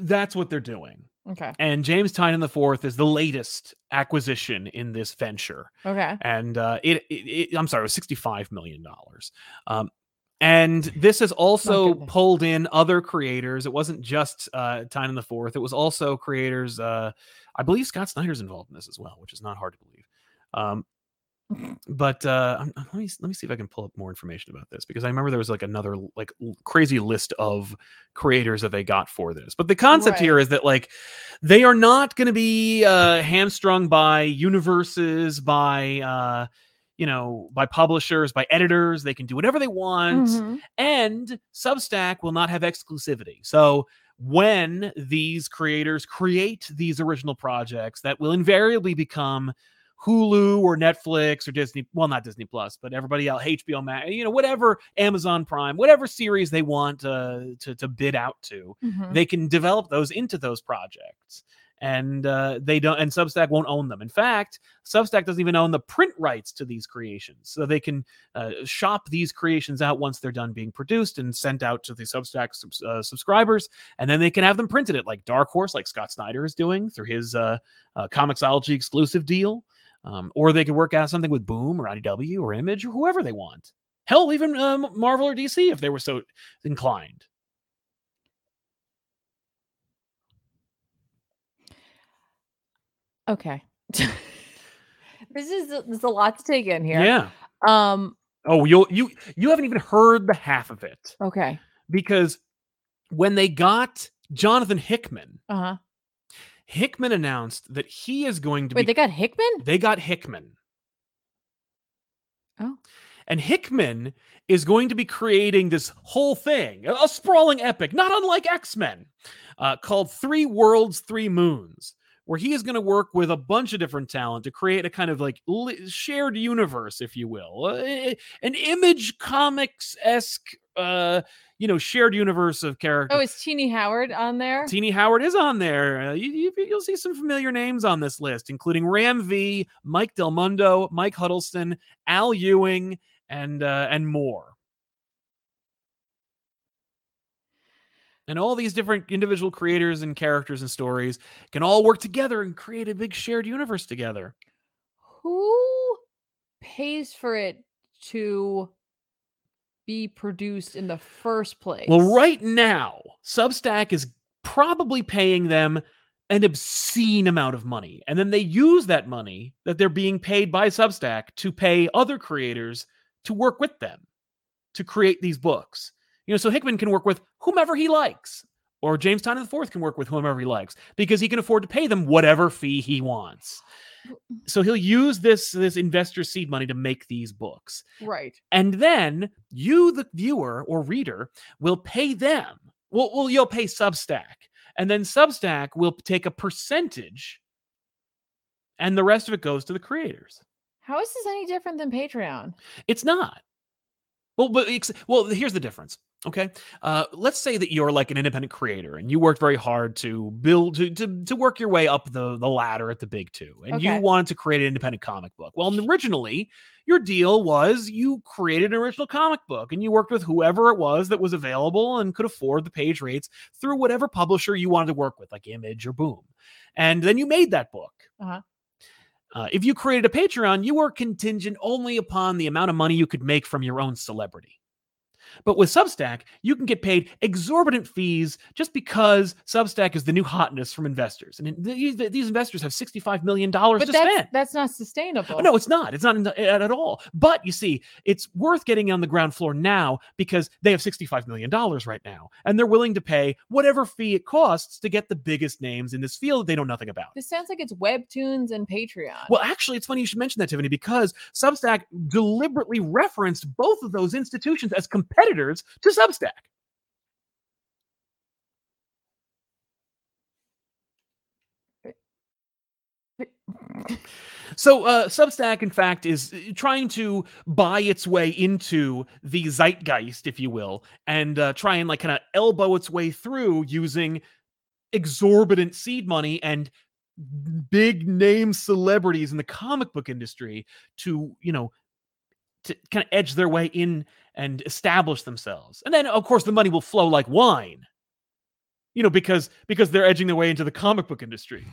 S1: that's what they're doing
S2: Okay.
S1: and james tynan the fourth is the latest acquisition in this venture
S2: Okay.
S1: and uh, it, it, it i'm sorry it was 65 million dollars um, and this has also
S2: goodness.
S1: pulled in other creators it wasn't just uh time in the fourth it was also creators uh i believe scott snyder's involved in this as well which is not hard to believe um but uh I'm- I'm- let me let me see if i can pull up more information about this because i remember there was like another l- like l- crazy list of creators that they got for this but the concept here is that like they are not going to be uh hamstrung by universes by uh you know by publishers by editors they can do whatever they want
S2: Mhm.
S1: and Substack will not have exclusivity. So when these creators create these original projects that will invariably become Hulu or Netflix or Disney, well, not Disney Plus, but everybody else, HBO Max, you know, whatever Amazon Prime, whatever series they want uh, to, to bid out to,
S2: Mhm.
S1: they can develop those into those projects and uh, they don't and substack won't own them in fact substack doesn't even own the print rights to these creations so they can uh, shop these creations out once they're done being produced and sent out to the substack subs- uh, subscribers and then they can have them printed at like dark horse like scott snyder is doing through his uh, uh, comixology exclusive deal um, or they could work out something with boom or idw or image or whoever they want hell even um, marvel or dc if they were so inclined
S2: Okay. this is there's a lot to take in here.
S1: yeah.
S2: Um.
S1: Oh, you'll you you haven't even heard the half of it
S2: Okay.
S1: because when they got Jonathan Hickman,
S2: Uh huh.
S1: Hickman announced that he is going to
S2: Wait,
S1: be
S2: they got Hickman.
S1: they got Hickman.
S2: Oh.
S1: And Hickman is going to be creating this whole thing, a, a sprawling epic, not unlike X Men, uh, called Three Worlds, Three Moons, where he is going to work with a bunch of different talent to create a kind of like li- shared universe, if you will, uh, an image comics esque uh, you know, shared universe of characters.
S2: Oh, is Teeny Howard on there?
S1: Teeny Howard is on there. Uh, you, you, will see some familiar names on this list, including Ram V, Mike Del Mundo, Mike Huddleston, Al Ewing, and uh, and more. And all these different individual creators and characters and stories can all work together and create a big shared universe together.
S2: Who pays for it to be produced in the first place?
S1: Well, right now, Substack is probably paying them an obscene amount of money. And then they use that money that they're being paid by Substack to pay other creators to work with them to create these books. You know, so Hickman can work with whomever he likes, or James Tynan IV can work with whomever he likes because he can afford to pay them whatever fee he wants. So he'll use this this investor seed money to make these books.
S2: Right.
S1: And then you, the viewer or reader, will pay them. Well, well, you'll pay Substack. And then Substack will take a percentage, and the rest of it goes to the creators.
S2: How is this any different than Patreon?
S1: It's not. Well, but ex- well, here's the difference. Okay, uh, let's say that you're like an independent creator and you worked very hard to build to to, to work your way up the the ladder at the big two, and you
S2: Okay.
S1: wanted to create an independent comic book. Well, originally your deal was you created an original comic book and you worked with whoever it was that was available and could afford the page rates through whatever publisher you wanted to work with, like Image or Boom, and then you made that book.
S2: Uh-huh.
S1: Uh, if you created a Patreon, you were contingent only upon the amount of money you could make from your own celebrity. But with Substack, you can get paid exorbitant fees just because Substack is the new hotness from investors. And th- th- these investors have $65 million to
S2: But that's,
S1: spend. Oh,
S2: that's not sustainable.
S1: No, it's not. It's not in the- at, at all. But you see, it's worth getting on the ground floor now because they have $65 million right now. And they're willing to pay whatever fee it costs to get the biggest names in this field they know nothing about.
S2: This sounds like it's webtoons and Patreon.
S1: Well, actually, it's funny you should mention that, Tiffany, because Substack deliberately referenced both of those institutions as competitors to Substack. So, uh, Substack, in fact, is uh, trying to buy its way into the zeitgeist, if you will, and uh, try and like kind of elbow its way through using exorbitant seed money and big name celebrities in the comic book industry to you know to kind of edge their way in and establish themselves and then of course the money will flow like wine you know because because they're edging their way into the comic book industry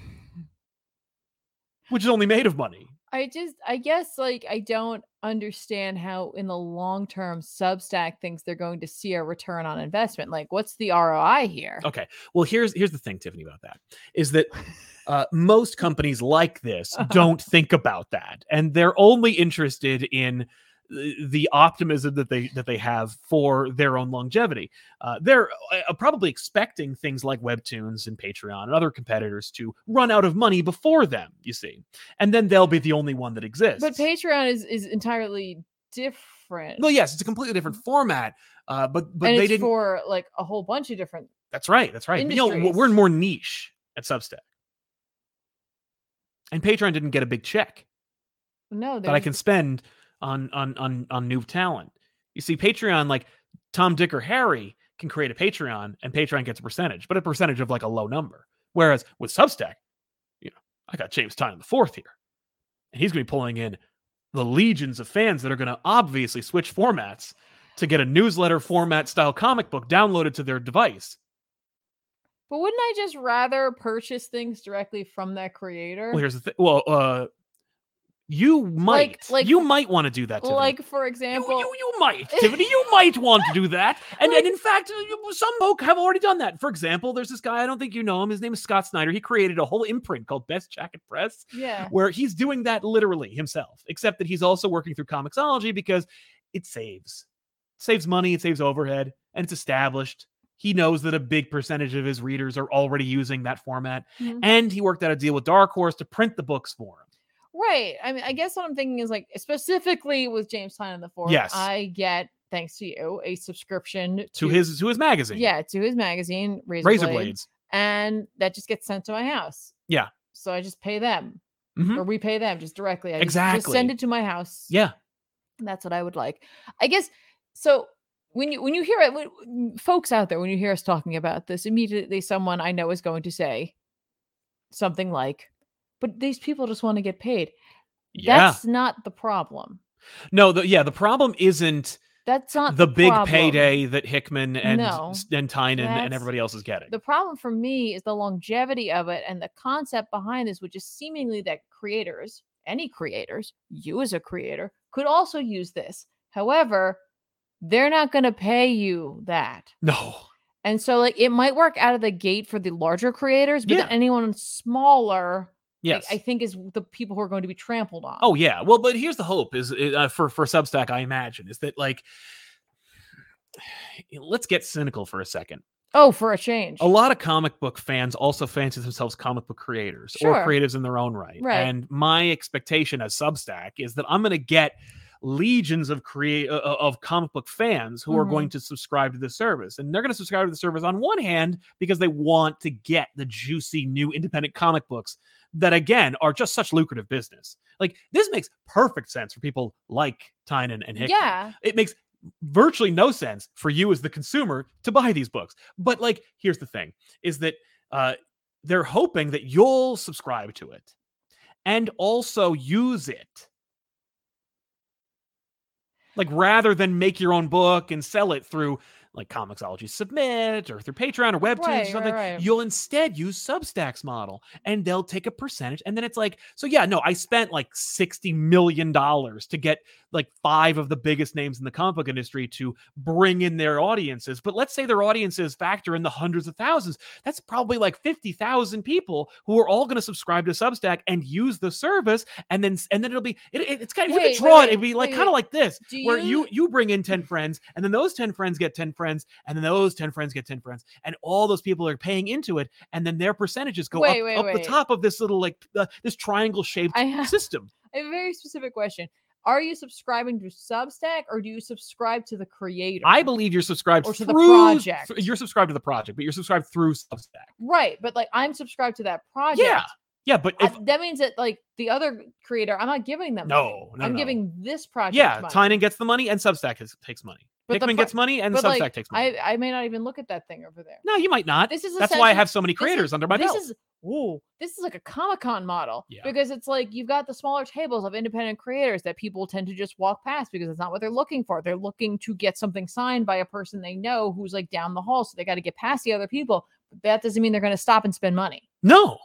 S1: which is only made of money
S2: I just, I guess, like, I don't understand how, in the long term, Substack thinks they're going to see a return on investment. Like, what's the ROI here?
S1: Okay. Well, here's here's the thing, Tiffany, about that is that uh, most companies like this don't think about that, and they're only interested in the the optimism that they that they have for their own longevity. Uh, they're uh, probably expecting things like webtoons and Patreon and other competitors to run out of money before them. You see, and then they'll be the only one that exists.
S2: But Patreon is is entirely different.
S1: well, yes, it's a completely different format. Uh, but but
S2: and
S1: they
S2: it's
S1: didn't.
S2: for like a whole bunch of different.
S1: That's right. That's right. You know, we're- we're
S2: Industries.
S1: more niche at Substack. And Patreon didn't get a big check
S2: No,
S1: that I
S2: there's-
S1: can spend on on on on new talent. You see, Patreon, like Tom, Dick, or Harry, can create a Patreon, and Patreon gets a percentage, but a percentage of like a low number. Whereas with Substack, you know, I got James Tynan the fourth here, and he's going to be pulling in the legions of fans that are going to obviously switch formats to get a newsletter format style comic book downloaded to their device.
S2: But wouldn't I just rather purchase things directly from that creator?
S1: Well, here's the thing. Well, uh, you might,
S2: like-
S1: you might want to do that. Tiffany.
S2: like, for
S1: you,
S2: example,
S1: you, you might, Tiffany, you might want to do that. And
S2: Like-
S1: and in fact, uh, you- some folk have already done that. For example, there's this guy. I don't think you know him. His name is Scott Snyder. He created a whole imprint called Best Jacket Press,
S2: yeah.
S1: where he's doing that literally himself. Except that he's also working through Comixology because it saves, saves money, it saves overhead, and it's established. He knows that a big percentage of his readers are already using that format
S2: Mhm.
S1: and he worked out a deal with Dark Horse to print the books for him.
S2: Right. I mean, I guess what I'm thinking is like specifically with James Tynan the Fourth.
S1: Yes.
S2: I get thanks to you a subscription to,
S1: To his to his magazine.
S2: yeah to his magazine Razor,
S1: Razor
S2: Blade,
S1: Blades.
S2: and that just gets sent to my house.
S1: Yeah.
S2: So I just pay them
S1: Mhm.
S2: or we pay them just directly. I just- Just
S1: Exactly.
S2: send it to my house.
S1: Yeah.
S2: That's what I would like. I guess so. when you when you hear it, when, folks out there, when you hear us talking about this, immediately someone I know is going to say something like, "But these people just want to get paid."
S1: Yeah.
S2: That's not the problem.
S1: No, the, yeah, the problem isn't
S2: That's not
S1: the big
S2: problem.
S1: payday that Hickman and
S2: No.
S1: and Tynan and
S2: That's-
S1: everybody else is getting.
S2: The problem for me is the longevity of it and the concept behind this, which is seemingly that creators, any creators, you as a creator, could also use this. However, they're not going to pay you that.
S1: no.
S2: And so, like, it might work out of the gate for the larger creators, but then
S1: Yeah.
S2: anyone smaller, like,
S1: Yes.
S2: I think, is the people who are going to be trampled on.
S1: Oh yeah. Well, but here's the hope is uh, for for Substack. I imagine is that like, let's get cynical for a second.
S2: oh, for a change.
S1: A lot of comic book fans also fancy themselves comic book creators or
S2: Sure.
S1: creatives in their own right.
S2: Right.
S1: And my expectation as Substack is that I'm going to get legions of create uh, uh, of comic book fans who are
S2: Mhm.
S1: going to subscribe to the service and they're going to subscribe to the service on one hand because they want to get the juicy new independent comic books that again are just such lucrative business like this makes perfect sense for people like tynan and hickman
S2: yeah.
S1: it makes virtually no sense for you as the consumer to buy these books. But like, here's the thing: is that uh, they're hoping that you'll subscribe to it and also use it. Like rather than make your own book and sell it through like Comixology Submit or through Patreon or Webtoons
S2: Right,
S1: or
S2: right,
S1: something,
S2: right.
S1: you'll instead use Substack's model and they'll take a percentage. And then it's like, so yeah, no, I spent like $60 million to get like five of the biggest names in the comic book industry to bring in their audiences. But let's say their audiences factor in the hundreds of thousands. That's probably like 50,000 people who are all going to subscribe to Substack and use the service. And then, and then it'll be, it, it- it's kind of, if you
S2: Wait,
S1: could draw
S2: wait,
S1: it, it'd be like
S2: wait,
S1: kind of
S2: wait.
S1: like this
S2: Do
S1: where you you bring in 10 friends and then those 10 friends get 10 friends and then those 10 friends get 10 friends and all those people are paying into it and then their percentages go
S2: Wait,
S1: up,
S2: wait,
S1: up the
S2: wait.
S1: top of this little like uh, this triangle shaped
S2: I have
S1: system
S2: a very specific question. Are you subscribing to Substack or do you subscribe to the creator?
S1: i believe you're subscribed
S2: Or to the
S1: through-
S2: project.
S1: th- you're subscribed to the project but you're subscribed through substack
S2: Right, but like I'm subscribed to that project.
S1: yeah but
S2: I-
S1: if
S2: that means that like the other creator, I'm not giving them. money.
S1: no, no
S2: I'm
S1: no.
S2: giving this project.
S1: yeah
S2: money.
S1: tynan gets the money and substack has, takes money
S2: But the
S1: hickman
S2: pro-
S1: gets money and substack
S2: but, like,
S1: takes money
S2: I I may not even look at that thing over there.
S1: no you might not
S2: This is
S1: that's why i
S2: essentially-
S1: have so many
S2: this
S1: creators
S2: is-
S1: under my
S2: this
S1: belt
S2: Is, whoa, this is like a Comic Con model
S1: Yeah.
S2: because it's like you've got the smaller tables of independent creators that people tend to just walk past because it's not what they're looking for. They're looking to get something signed by a person they know who's like down the hall, so they got to get past the other people. But that doesn't mean they're going to stop and spend money.
S1: No,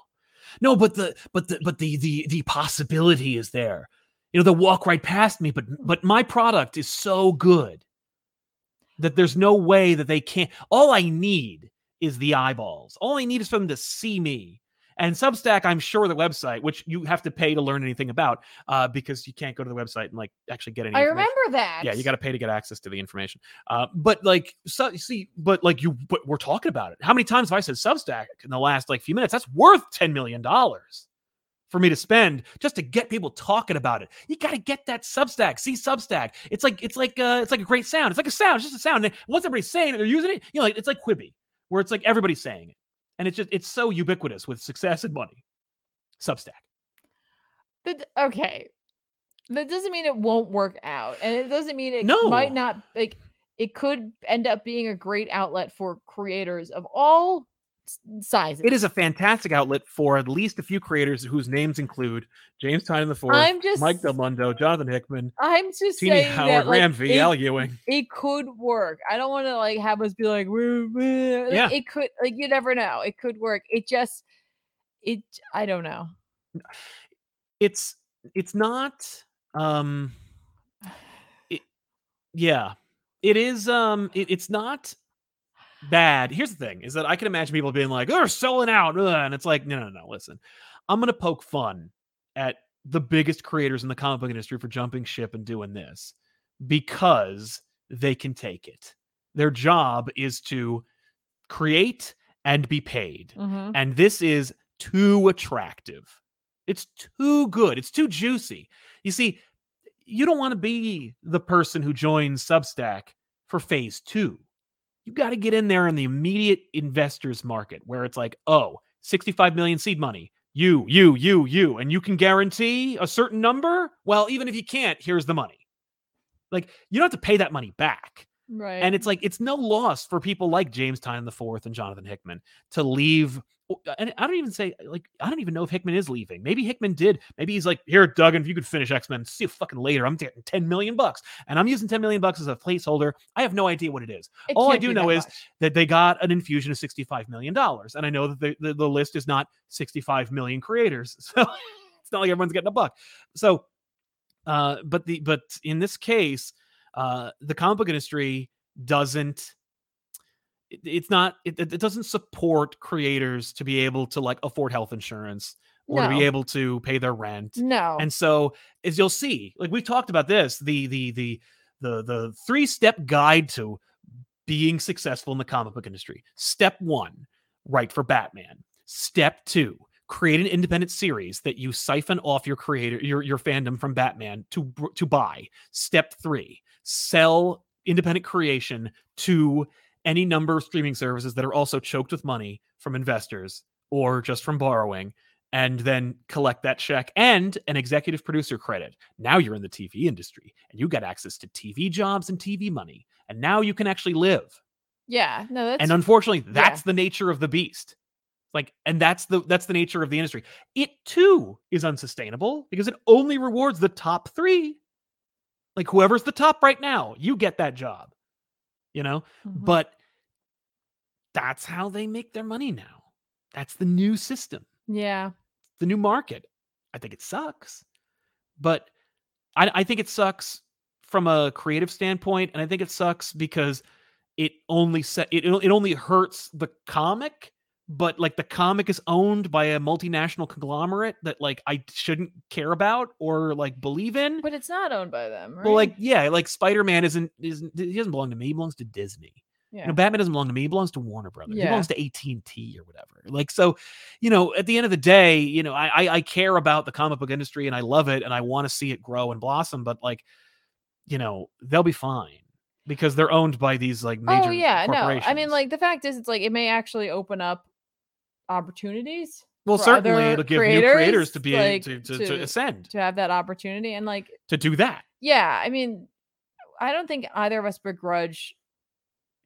S1: no, but the but the but the the the possibility is there. You know, they'll walk right past me, but but my product is so good that there's no way that they can't. All I need is the eyeballs. All I need is for them to see me. And Substack, I'm sure the website, which you have to pay to learn anything about, uh, because you can't go to the website and like actually get any.
S2: I
S1: information.
S2: remember that.
S1: Yeah, you got to pay to get access to the information. Uh, but like, so, see, but like you, but we're talking about it. How many times have I said Substack in the last like few minutes? That's worth ten million dollars for me to spend just to get people talking about it. You got to get that Substack. See Substack. It's like it's like uh, it's like a great sound. It's like a sound. It's just a sound. And once everybody's saying it, they're using it. You know, like it's like Quibi, where it's like everybody's saying it, and it's just it's so ubiquitous with success and money. Substack.
S2: That, d- okay. That doesn't mean it won't work out. And it doesn't mean it might
S1: No.
S2: not like it could end up being a great outlet for creators of all s- sizes.
S1: It is a fantastic outlet for at least a few creators whose names include James Tynan the 4th
S2: I'm just
S1: Mike Del Mundo, Jonathan Hickman,
S2: I'm just
S1: Teeny
S2: saying that
S1: Howard,
S2: like,
S1: Ram V,
S2: it,
S1: Al Ewing.
S2: it could work. I don't want to like have us be like, "Woo, woo," like,
S1: Yeah.
S2: it could like you never know. It could work. It just it I don't know.
S1: It's it's not um it, yeah. It is um it, it's not bad. Here's the thing is that I can imagine people being like, they're selling out. ugh," And it's like, no, no, no, listen. I'm gonna poke fun at the biggest creators in the comic book industry for jumping ship and doing this because they can take it. Their job is to create and be paid.
S2: Mhm.
S1: and this is too attractive. It's too good. It's too juicy. You see, you don't want to be the person who joins Substack for phase two. You got to get in there in the immediate investors market where it's like, oh, 65 million seed money. You, you, you, you, and you can guarantee a certain number. Well, even if you can't, here's the money. Like, you don't have to pay that money back.
S2: Right.
S1: And it's like it's no loss for people like James Tynan the Fourth and Jonathan Hickman to leave. uh, And I don't even say like I don't even know if Hickman is leaving. Maybe Hickman did. Maybe he's like, here, Doug, and if you could finish X Men, see you fucking later. I'm getting ten million bucks, and I'm using ten million bucks as a placeholder. I have no idea what it is.
S2: It
S1: all I
S2: can't
S1: do
S2: be
S1: know
S2: that
S1: is
S2: much.
S1: That they got an infusion of sixty-five million dollars, and I know that the, the the list is not sixty-five million creators, so it's not like everyone's getting a buck. So, uh, but the but in this case, uh, the comic book industry doesn't it, it's not it, it it doesn't support creators to be able to like afford health insurance or to
S2: No.
S1: be able to pay their rent
S2: no.
S1: and so as you'll see like we've talked about this the the the the the three step guide to being successful in the comic book industry step one write for batman step two create an independent series that you siphon off your creator your your fandom from batman to br- to buy step three sell independent creation to any number of streaming services that are also choked with money from investors or just from borrowing and then collect that check and an executive producer credit. Now you're in the TV industry and you got access to TV jobs and TV money. And now you can actually live.
S2: yeah. No, that's
S1: and unfortunately,
S2: yeah.
S1: that's the nature of the beast. Like and that's the that's the nature of the industry. It too is unsustainable because it only rewards the top 3. Like whoever's the top right now, you get that job. You know?
S2: Mhm.
S1: But that's how they make their money now. That's the new system
S2: yeah.
S1: the new market. I think it sucks, but I, I think it sucks from a creative standpoint, and I think it sucks because it only set it it only hurts the comic. But like the comic is owned by a multinational conglomerate that like I shouldn't care about or like believe in.
S2: But it's not owned by them, right?
S1: Well, like yeah, like Spider Man isn't isn't he doesn't belong to me. He belongs to Disney.
S2: yeah.
S1: You know, Batman doesn't belong to me. He belongs to Warner Brothers. He
S2: Yeah.
S1: belongs to AT and T or whatever. Like so, you know. At the end of the day, you know, I I, I care about the comic book industry and I love it and I want to see it grow and blossom. But like, you know, they'll be fine because they're owned by these like major.
S2: oh yeah, no. I mean,
S1: corporations.
S2: like the fact is, it's like it may actually open up opportunities
S1: well,
S2: for
S1: certainly
S2: other
S1: it'll give new
S2: creators,
S1: creators to be a-
S2: like,
S1: to, to,
S2: to-
S1: to ascend
S2: to have that opportunity, and like
S1: to do that.
S2: yeah, I mean, I don't think either of us begrudge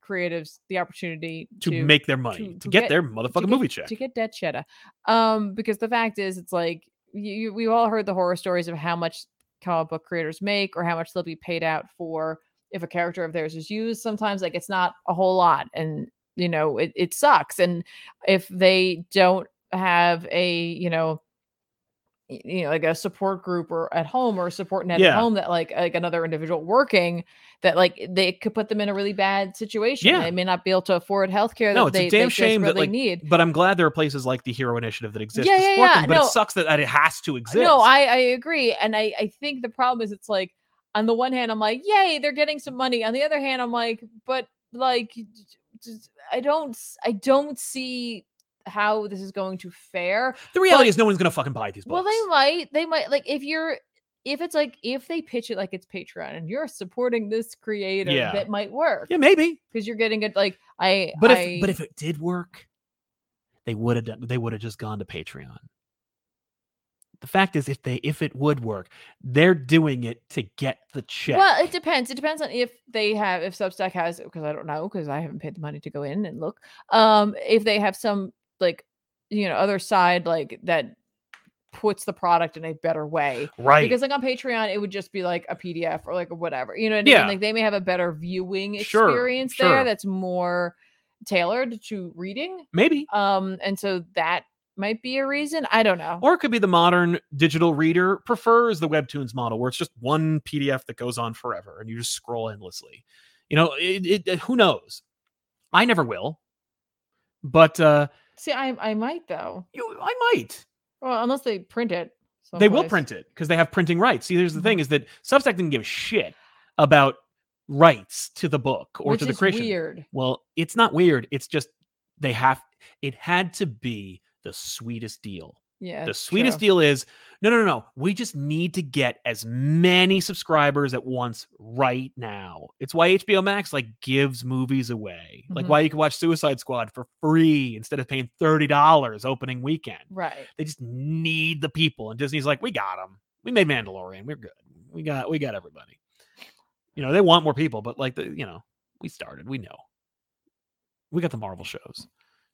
S2: creatives the opportunity
S1: To, make their money, to,
S2: to
S1: get,
S2: get-
S1: their
S2: to
S1: motherfucking
S2: get-
S1: movie check.
S2: to get dead cheddar. Um, because the fact is, it's like you, you, we've all heard the horror stories of how much comic book creators make or how much they'll be paid out for if a character of theirs is used. Sometimes, like it's not a whole lot, and you know it, it sucks. And if they don't have a you know y- you know like a support group or at home or a support net
S1: Yeah.
S2: at home that like like another individual working that like they could put them in a really bad situation
S1: Yeah.
S2: they may not be able to afford health care
S1: No,
S2: that
S1: it's a
S2: they,
S1: damn
S2: they
S1: shame that,
S2: desperately
S1: like,
S2: need
S1: But I'm glad there are places like the Hero Initiative that exist.
S2: Yeah,
S1: to
S2: yeah,
S1: support them,
S2: yeah,
S1: But
S2: no.
S1: it sucks that, that it has to exist.
S2: No, I, I agree. And I, I think the problem is it's like, on the one hand, I'm like, yay, they're getting some money. On the other hand, I'm like, but like, j- j- I don't, s- I don't see how this is going to fare.
S1: The reality
S2: But-
S1: is, no one's gonna fucking buy these
S2: Well,
S1: books.
S2: they might, they might like if you're, if it's like if they pitch it like it's Patreon and you're supporting this creator,
S1: Yeah.
S2: that might work
S1: yeah, maybe.
S2: because you're getting it. Like I,
S1: But
S2: I-
S1: if but if it did work, they would have done. They would have just gone to Patreon. The fact is, if they if it would work, they're doing it to get the check.
S2: Well, it depends. It depends on if they have if Substack has because I don't know because I haven't paid the money to go in and look. Um, if they have some like you know other side like that puts the product in a better way
S1: right?
S2: because like on Patreon it would just be like a PDF or like whatever you know. What I
S1: Yeah.
S2: mean? Like they may have a better viewing
S1: Sure,
S2: experience
S1: sure.
S2: there that's more tailored to reading.
S1: maybe,
S2: Um, and so that might be a reason. I don't know.
S1: or it could be the modern digital reader prefers the webtoons model, where it's just one PDF that goes on forever, and you just scroll endlessly. You know, it, it, it- who knows? I never will, but uh,
S2: See, I I might though.
S1: you, I might.
S2: Well, unless they print it.
S1: they will
S2: someplace.
S1: print it because they have printing rights. See, there's the
S2: Mm-hmm.
S1: thing is that Substack didn't give a shit about rights to the book or
S2: Which
S1: to the
S2: is
S1: creation.
S2: Weird.
S1: Well, it's not weird. It's just they have. It had to be the sweetest deal.
S2: Yeah.
S1: the sweetest e deal is no, no, no, no. We just need to get as many subscribers at once right now. It's why HBO Max like gives movies away. Like
S2: Mhm.
S1: why you can watch Suicide Squad for free instead of paying thirty dollars opening weekend.
S2: Right.
S1: They just need the people, and Disney's like, we got them. We made Mandalorian. We're good. We got we got everybody. You know, they want more people, but like the you know, we started. We know. We got the Marvel shows.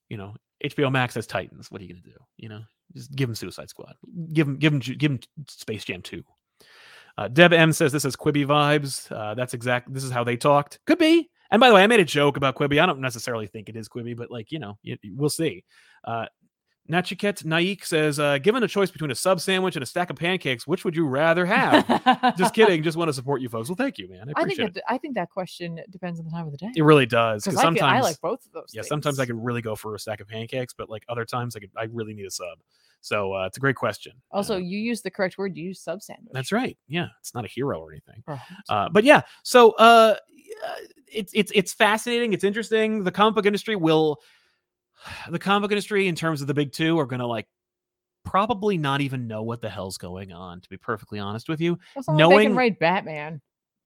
S1: You know, HBO Max has Titans. What are you going to do? You know, just give him Suicide Squad. Give him, give him, give him Space Jam 2. Uh, Deb M says this is Quibi vibes. Uh, that's exact. This is how they talked. Could be. And by the way, I made a joke about Quibi. I don't necessarily think it is Quibi, but like you know, y- we'll see. Uh, Nachiket Naik says, uh, given a choice between a sub sandwich and a stack of pancakes, which would you rather have? just kidding. Just want to support you folks. Well, thank you, man. I
S2: I think
S1: appreciate
S2: that, I think that question depends on the time of the day.
S1: it. It really does. Because
S2: Because I, feel-
S1: sometimes,
S2: I like both of those.
S1: yeah, sometimes I
S2: things.
S1: could really go for a stack of pancakes, but like other times, I could, I really need a sub. So uh, it's a great question.
S2: Also,
S1: Uh,
S2: you use the correct word. You use sub sandwich.
S1: that's right. Yeah, it's not a hero or anything.
S2: right.
S1: Uh, but yeah, so uh, uh, it's it's it's fascinating. It's interesting. The comic book industry will, the comic book industry in terms of the big two are gonna like probably not even know what the hell's going on. To be perfectly honest with you,
S2: they
S1: knowing-
S2: can write Batman.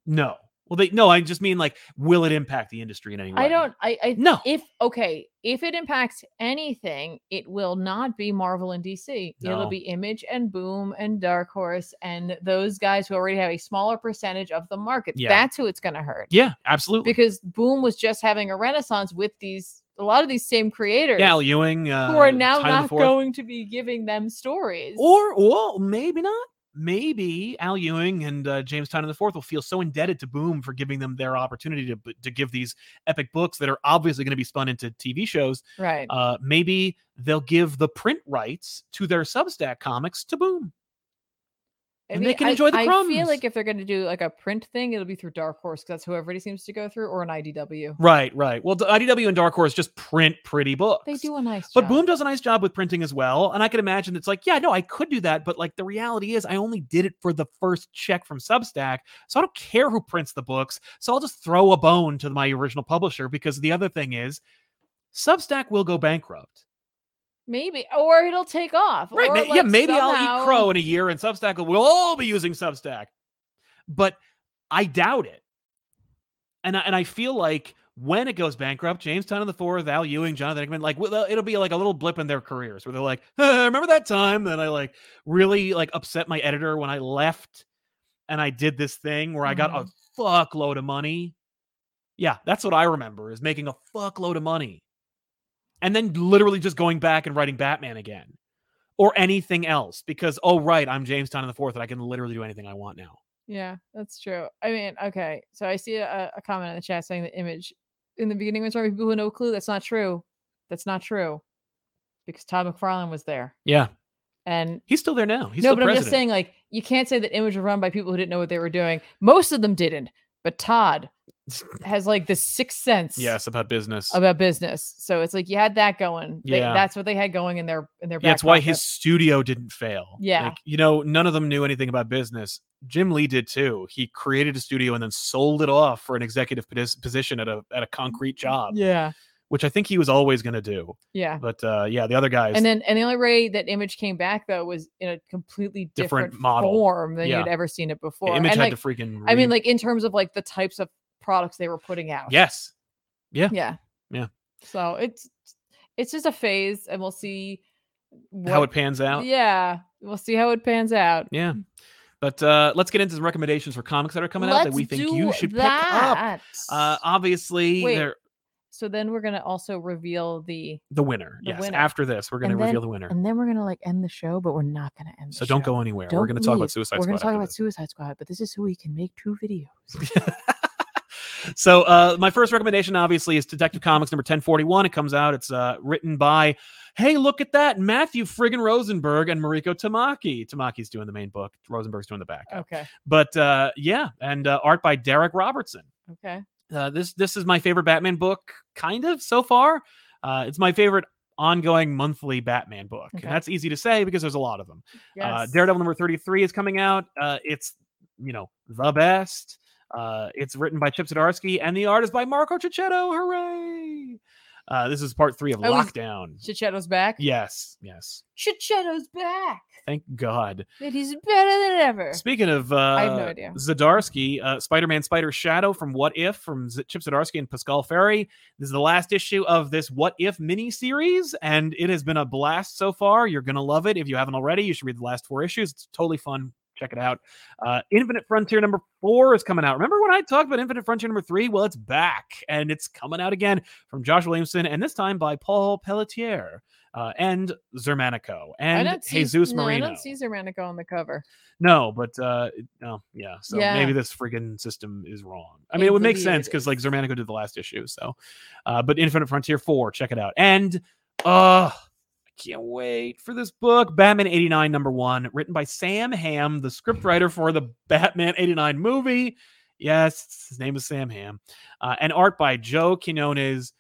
S1: no. Well, they no. I just mean like, will it impact the industry in any way?
S2: I don't. I, I
S1: No.
S2: if okay, if it impacts anything, it will not be Marvel and DC.
S1: No.
S2: It'll be Image and Boom and Dark Horse and those guys who already have a smaller percentage of the market.
S1: Yeah.
S2: That's who it's going to hurt.
S1: Yeah, absolutely.
S2: Because Boom was just having a renaissance with these a lot of these same creators
S1: Yeah, Al Ewing. Uh,
S2: who are now
S1: Tyler the
S2: not
S1: Fourth.
S2: going to be giving them stories.
S1: Or, well, maybe not. Maybe Al Ewing and uh, James Tynan the Fourth will feel so indebted to Boom for giving them their opportunity to to give these epic books that are obviously going to be spun into TV shows.
S2: right.
S1: Uh, maybe they'll give the print rights to their Substack comics to Boom.
S2: I
S1: and they can enjoy the
S2: I feel
S1: crumbs.
S2: like if they're going to do like a print thing, it'll be through Dark Horse because that's who everybody seems to go through, or an IDW.
S1: Right, right. Well, IDW and Dark Horse just print pretty books.
S2: They do a nice
S1: But
S2: job.
S1: Boom does a nice job with printing as well. And I can imagine it's like, yeah, no, I could do that. But like the reality is, I only did it for the first check from Substack. So I don't care who prints the books. So I'll just throw a bone to my original publisher because the other thing is, Substack will go bankrupt.
S2: Maybe, or it'll take off.
S1: Right.
S2: or,
S1: ma- yeah.
S2: like,
S1: Maybe I'll eat
S2: somehow-
S1: crow in a year and Substack will, we'll all be using Substack. But I doubt it. And I, and I feel like when it goes bankrupt, James Tynan the Fourth, Al Ewing, Jonathan Hickman, like well, it'll be like a little blip in their careers where they're like, "Huh, remember that time that I like really like upset my editor when I left and I did this thing where I got a
S2: Mm-hmm.
S1: fuckload of money. Yeah, that's what I remember is making a fuckload of money. And then literally just going back and writing Batman again or anything else because oh right, I'm James Tynan the Fourth and I can literally do anything I want now.
S2: Yeah, that's true. I mean, okay. So I see a, a comment in the chat saying the image in the beginning was from people with no clue. That's not true. That's not true. Because Todd McFarlane was there.
S1: Yeah.
S2: And
S1: He's still there now. He's
S2: no,
S1: still
S2: but I'm
S1: president.
S2: just saying, like, you can't say that image was run by people who didn't know what they were doing. Most of them didn't, but Todd has like the sixth sense
S1: Yes, about business.
S2: about business. So it's like you had that going. They-
S1: Yeah.
S2: that's what they had going in their in their
S1: yeah,
S2: back
S1: it's why
S2: pocket.
S1: his studio didn't fail.
S2: Yeah.
S1: Like, you know, none of them knew anything about business. Jim Lee did too. He created a studio and then sold it off for an executive podis- position at a at a concrete job,
S2: Mm, Yeah.
S1: which I think he was always going to do.
S2: Yeah.
S1: But uh, yeah, the other guys.
S2: And then, and the only way that image came back though was in a completely
S1: Different
S2: different,
S1: model.
S2: form than
S1: Yeah.
S2: you'd ever seen it
S1: the
S2: before.
S1: image
S2: and
S1: had to
S2: like,
S1: freaking.
S2: I mean,
S1: re-
S2: like in terms of like the types of products they were putting out.
S1: yes,
S2: Yeah.
S1: Yeah.
S2: So it's it's just a phase, and we'll see what,
S1: how it pans out.
S2: Yeah, we'll see how it pans out.
S1: Yeah. But uh, let's get into some recommendations for comics that are coming out that
S2: Let's
S1: we think
S2: do
S1: you should pick up.
S2: that.
S1: Uh, obviously,
S2: Wait.
S1: they're
S2: so then we're gonna also reveal the,
S1: the winner.
S2: The
S1: yes.
S2: winner.
S1: After this, we're going to
S2: And
S1: reveal the
S2: then-
S1: winner.
S2: and then we're gonna like end the show, but we're not gonna end.
S1: So
S2: the
S1: don't
S2: show.
S1: go anywhere.
S2: Don't
S1: we're going to talk about
S2: leave.
S1: Suicide
S2: We're
S1: Squad.
S2: gonna talk
S1: after
S2: about
S1: this.
S2: Suicide Squad, but this is who we can make two videos.
S1: so uh, my first recommendation obviously is detective comics number 1041 it comes out it's uh, written by hey look at that matthew friggin rosenberg and mariko tamaki tamaki's doing the main book rosenberg's doing the back
S2: okay.
S1: but uh, yeah and uh, art by derek robertson
S2: Okay.
S1: uh, this this is my favorite batman book kind of so far uh, it's my favorite ongoing monthly batman book
S2: Okay.
S1: and that's easy to say because there's a lot of them Uh,
S2: Yes.
S1: Daredevil number 33 is coming out. Uh, it's, you know, the best. Uh, it's written by Chip Zdarsky and the art is by Marco Cicchetto. Hooray! Uh, this is part three of
S2: I was-
S1: Lockdown.
S2: Chichetto's back.
S1: Yes, yes.
S2: Chichetto's back.
S1: Thank God.
S2: That he's better than ever.
S1: Speaking of uh,
S2: I have no idea.
S1: Zdarsky, uh, Spider-Man Spider Shadow from What If from Z- Chip Zdarsky and Pascal Ferry. This is the last issue of this What If mini series, and it has been a blast so far. You're gonna love it if you haven't already. You should read the last four issues. It's totally fun, Check it out. Uh, Infinite Frontier number four is coming out. Remember when I talked about Infinite Frontier number three? Well, it's back and it's coming out again from Josh Williamson and this time by Paul Pelletier uh, and Zermanico
S2: I
S1: and
S2: don't see
S1: Jesus
S2: no,
S1: Marino.
S2: I don't see Zermanico on the cover.
S1: No, but uh it- no, yeah. So
S2: Yeah.
S1: maybe this friggin' system is wrong. I mean, it would make sense because like Zermanico did the last issue. So, uh, but Infinite Frontier four, check it out. And uh I can't wait for this book, Batman eighty nine number one, written by Sam Ham, the scriptwriter for the Batman eighty nine movie. Yes, his name is Sam Ham, uh, and art by Joe Quinones.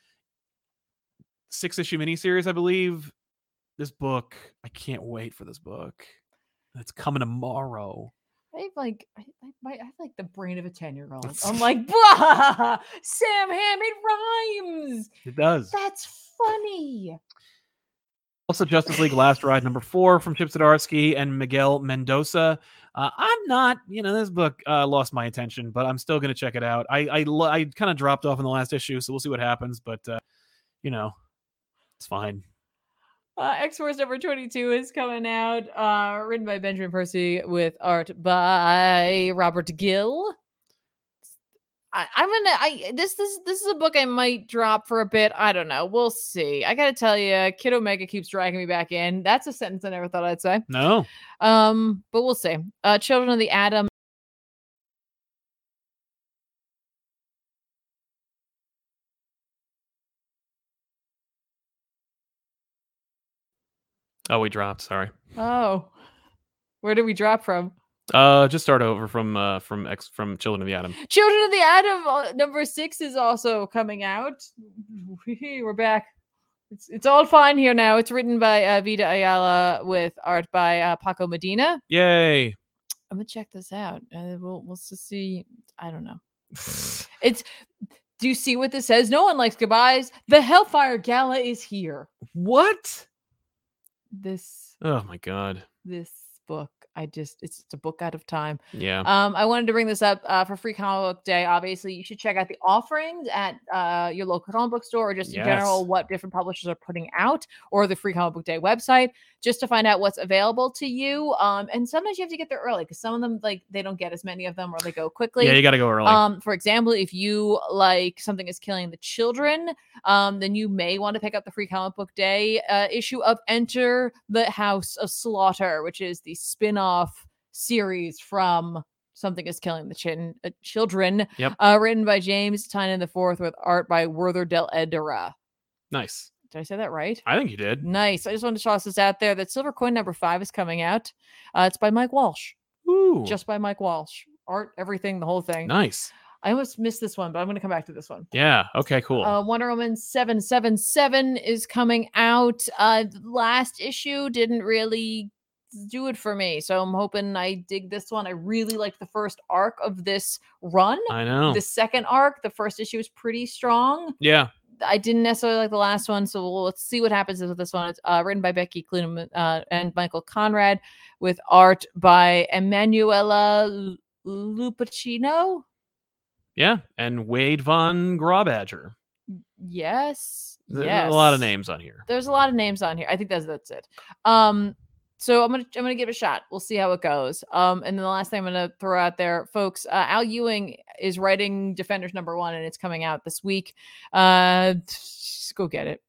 S1: Six issue miniseries, I believe. This book, I can't wait for this book. It's coming tomorrow.
S2: I have like I, I, my, I have like the brain of a ten year old. I'm like, "Bwah, Sam Ham, it rhymes.
S1: It does.
S2: That's funny.
S1: Also, Justice League Last Ride number four from Chip Zdarsky and Miguel Mendoza. Uh, I'm not, you know, this book uh, lost my attention, but I'm still going to check it out. I I, lo- I kind of dropped off in the last issue, so we'll see what happens. But uh, you know, it's fine.
S2: Uh, X Force number 22 is coming out, uh, written by Benjamin Percy with art by Robert Gill. I, I'm gonna. I this this this is a book I might drop for a bit. I don't know. We'll see. I gotta tell you, Kid Omega keeps dragging me back in. That's a sentence I never thought I'd say.
S1: No,
S2: Um, but we'll see. Uh, Children of the Atom.
S1: oh, we dropped. Sorry.
S2: Oh, where did we drop from?
S1: Uh, just start over from uh from X from Children of the Atom.
S2: Children of the Atom uh, number six is also coming out. We're back. It's it's all fine here now. It's written by uh, Vida Ayala with art by uh, Paco Medina.
S1: Yay.
S2: I'm gonna check this out. Uh, we'll we'll s- see. I don't know. It's do you see what this says? No one likes goodbyes. The Hellfire Gala is here.
S1: what?
S2: This
S1: Oh my god.
S2: this book. I just it's just a book out of time.
S1: Yeah.
S2: Um, I wanted to bring this up uh, for Free Comic Book Day. Obviously, you should check out the offerings at uh, your local comic book store, or just in general
S1: Yes.
S2: what different publishers are putting out, or the Free Comic Book Day website, just to find out what's available to you. Um, and sometimes you have to get there early because some of them like they don't get as many of them, or they go quickly.
S1: yeah, you got to go early.
S2: Um, for example, if you like something is killing the children, um, then you may want to pick up the free comic book day uh, issue of Enter the House of Slaughter, which is the spin off series from Something is Killing the Chin- uh, Children,
S1: Yep.
S2: uh, written by James Tynan the Fourth with art by Werther Del Edera.
S1: nice.
S2: Did I say that right?
S1: I think you did.
S2: Nice. I just wanted to toss this out there that Silver Coin number five is coming out. Uh, it's by Mike Walsh,
S1: Ooh.
S2: just by Mike Walsh. Art, everything, the whole thing.
S1: nice.
S2: I almost missed this one, but I'm going to come back to this one.
S1: Yeah. Okay. Cool.
S2: Uh, Wonder Woman 777 is coming out. Uh, the last issue didn't really do it for me. So I'm hoping I dig this one. I really liked the first arc of this run.
S1: I know.
S2: The second arc, the first issue is pretty strong.
S1: yeah.
S2: I didn't necessarily like the last one, so we'll, let's see what happens with this one. It's uh, written by Becky Cloonan uh, and Michael Conrad, with art by Emanuela Lu- Lupacino.
S1: Yeah, and Wade von Graubadger.
S2: Yes,
S1: There's
S2: yes.
S1: a lot of names on here.
S2: there's a lot of names on here. I think that's that's it. Um, so I'm gonna I'm gonna give it a shot. We'll see how it goes. Um, and then the last thing I'm gonna throw out there, folks, uh, Al Ewing is writing Defenders number one, and it's coming out this week. Uh, just go get it.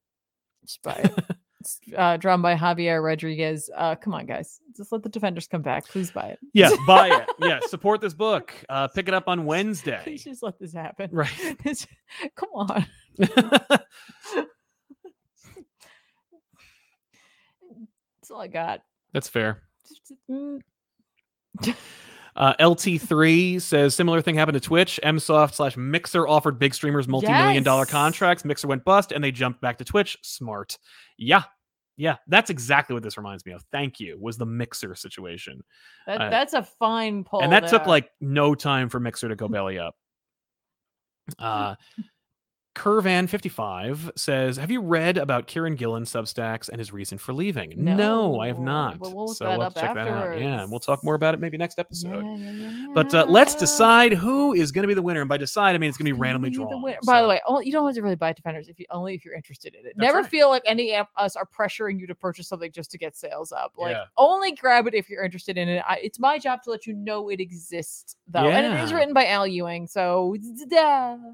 S2: Just buy it. It's, uh, drawn by Javier Rodriguez. Uh, come on, guys, just let the Defenders come back. Please buy it.
S1: Yeah, buy it. Yeah, support this book. Uh, pick it up on Wednesday.
S2: Please just let this happen.
S1: Right.
S2: It's- come on. That's all I got.
S1: That's fair.
S2: Mm,
S1: Uh, LT3 says similar thing happened to Twitch. MSoft slash Mixer offered big streamers multi-million dollar
S2: Yes.
S1: contracts. Mixer went bust, and they jumped back to Twitch. Smart. Yeah, yeah. That's exactly what this reminds me of. Thank you. Was the Mixer situation,
S2: That,
S1: Uh,
S2: that's a fine poll.
S1: and that took
S2: there.
S1: like no time for Mixer to go belly up. Uh, Curvan55 says, Have you read about Kieran Gillen Substacks and his reason for leaving? No, I have
S2: No,
S1: not.
S2: but we'll look
S1: so
S2: that
S1: we'll have to
S2: up
S1: check that out. Yeah, and we'll talk more about it maybe next episode.
S2: Yeah, yeah, yeah,
S1: But uh, let's
S2: yeah.
S1: decide who is going to be the winner. And by decide, I mean it's going to be randomly
S2: Be the
S1: drawn.
S2: winner. By
S1: So-
S2: the way, only, you don't have to really buy defenders if you only if you're interested in it.
S1: That's
S2: Never
S1: right.
S2: feel like any of us are pressuring you to purchase something just to get sales up. Like
S1: Yeah.
S2: only grab it if you're interested in it. I, it's my job to let you know it exists though, and it is
S1: Yeah.
S2: written by Al Ewing. So da.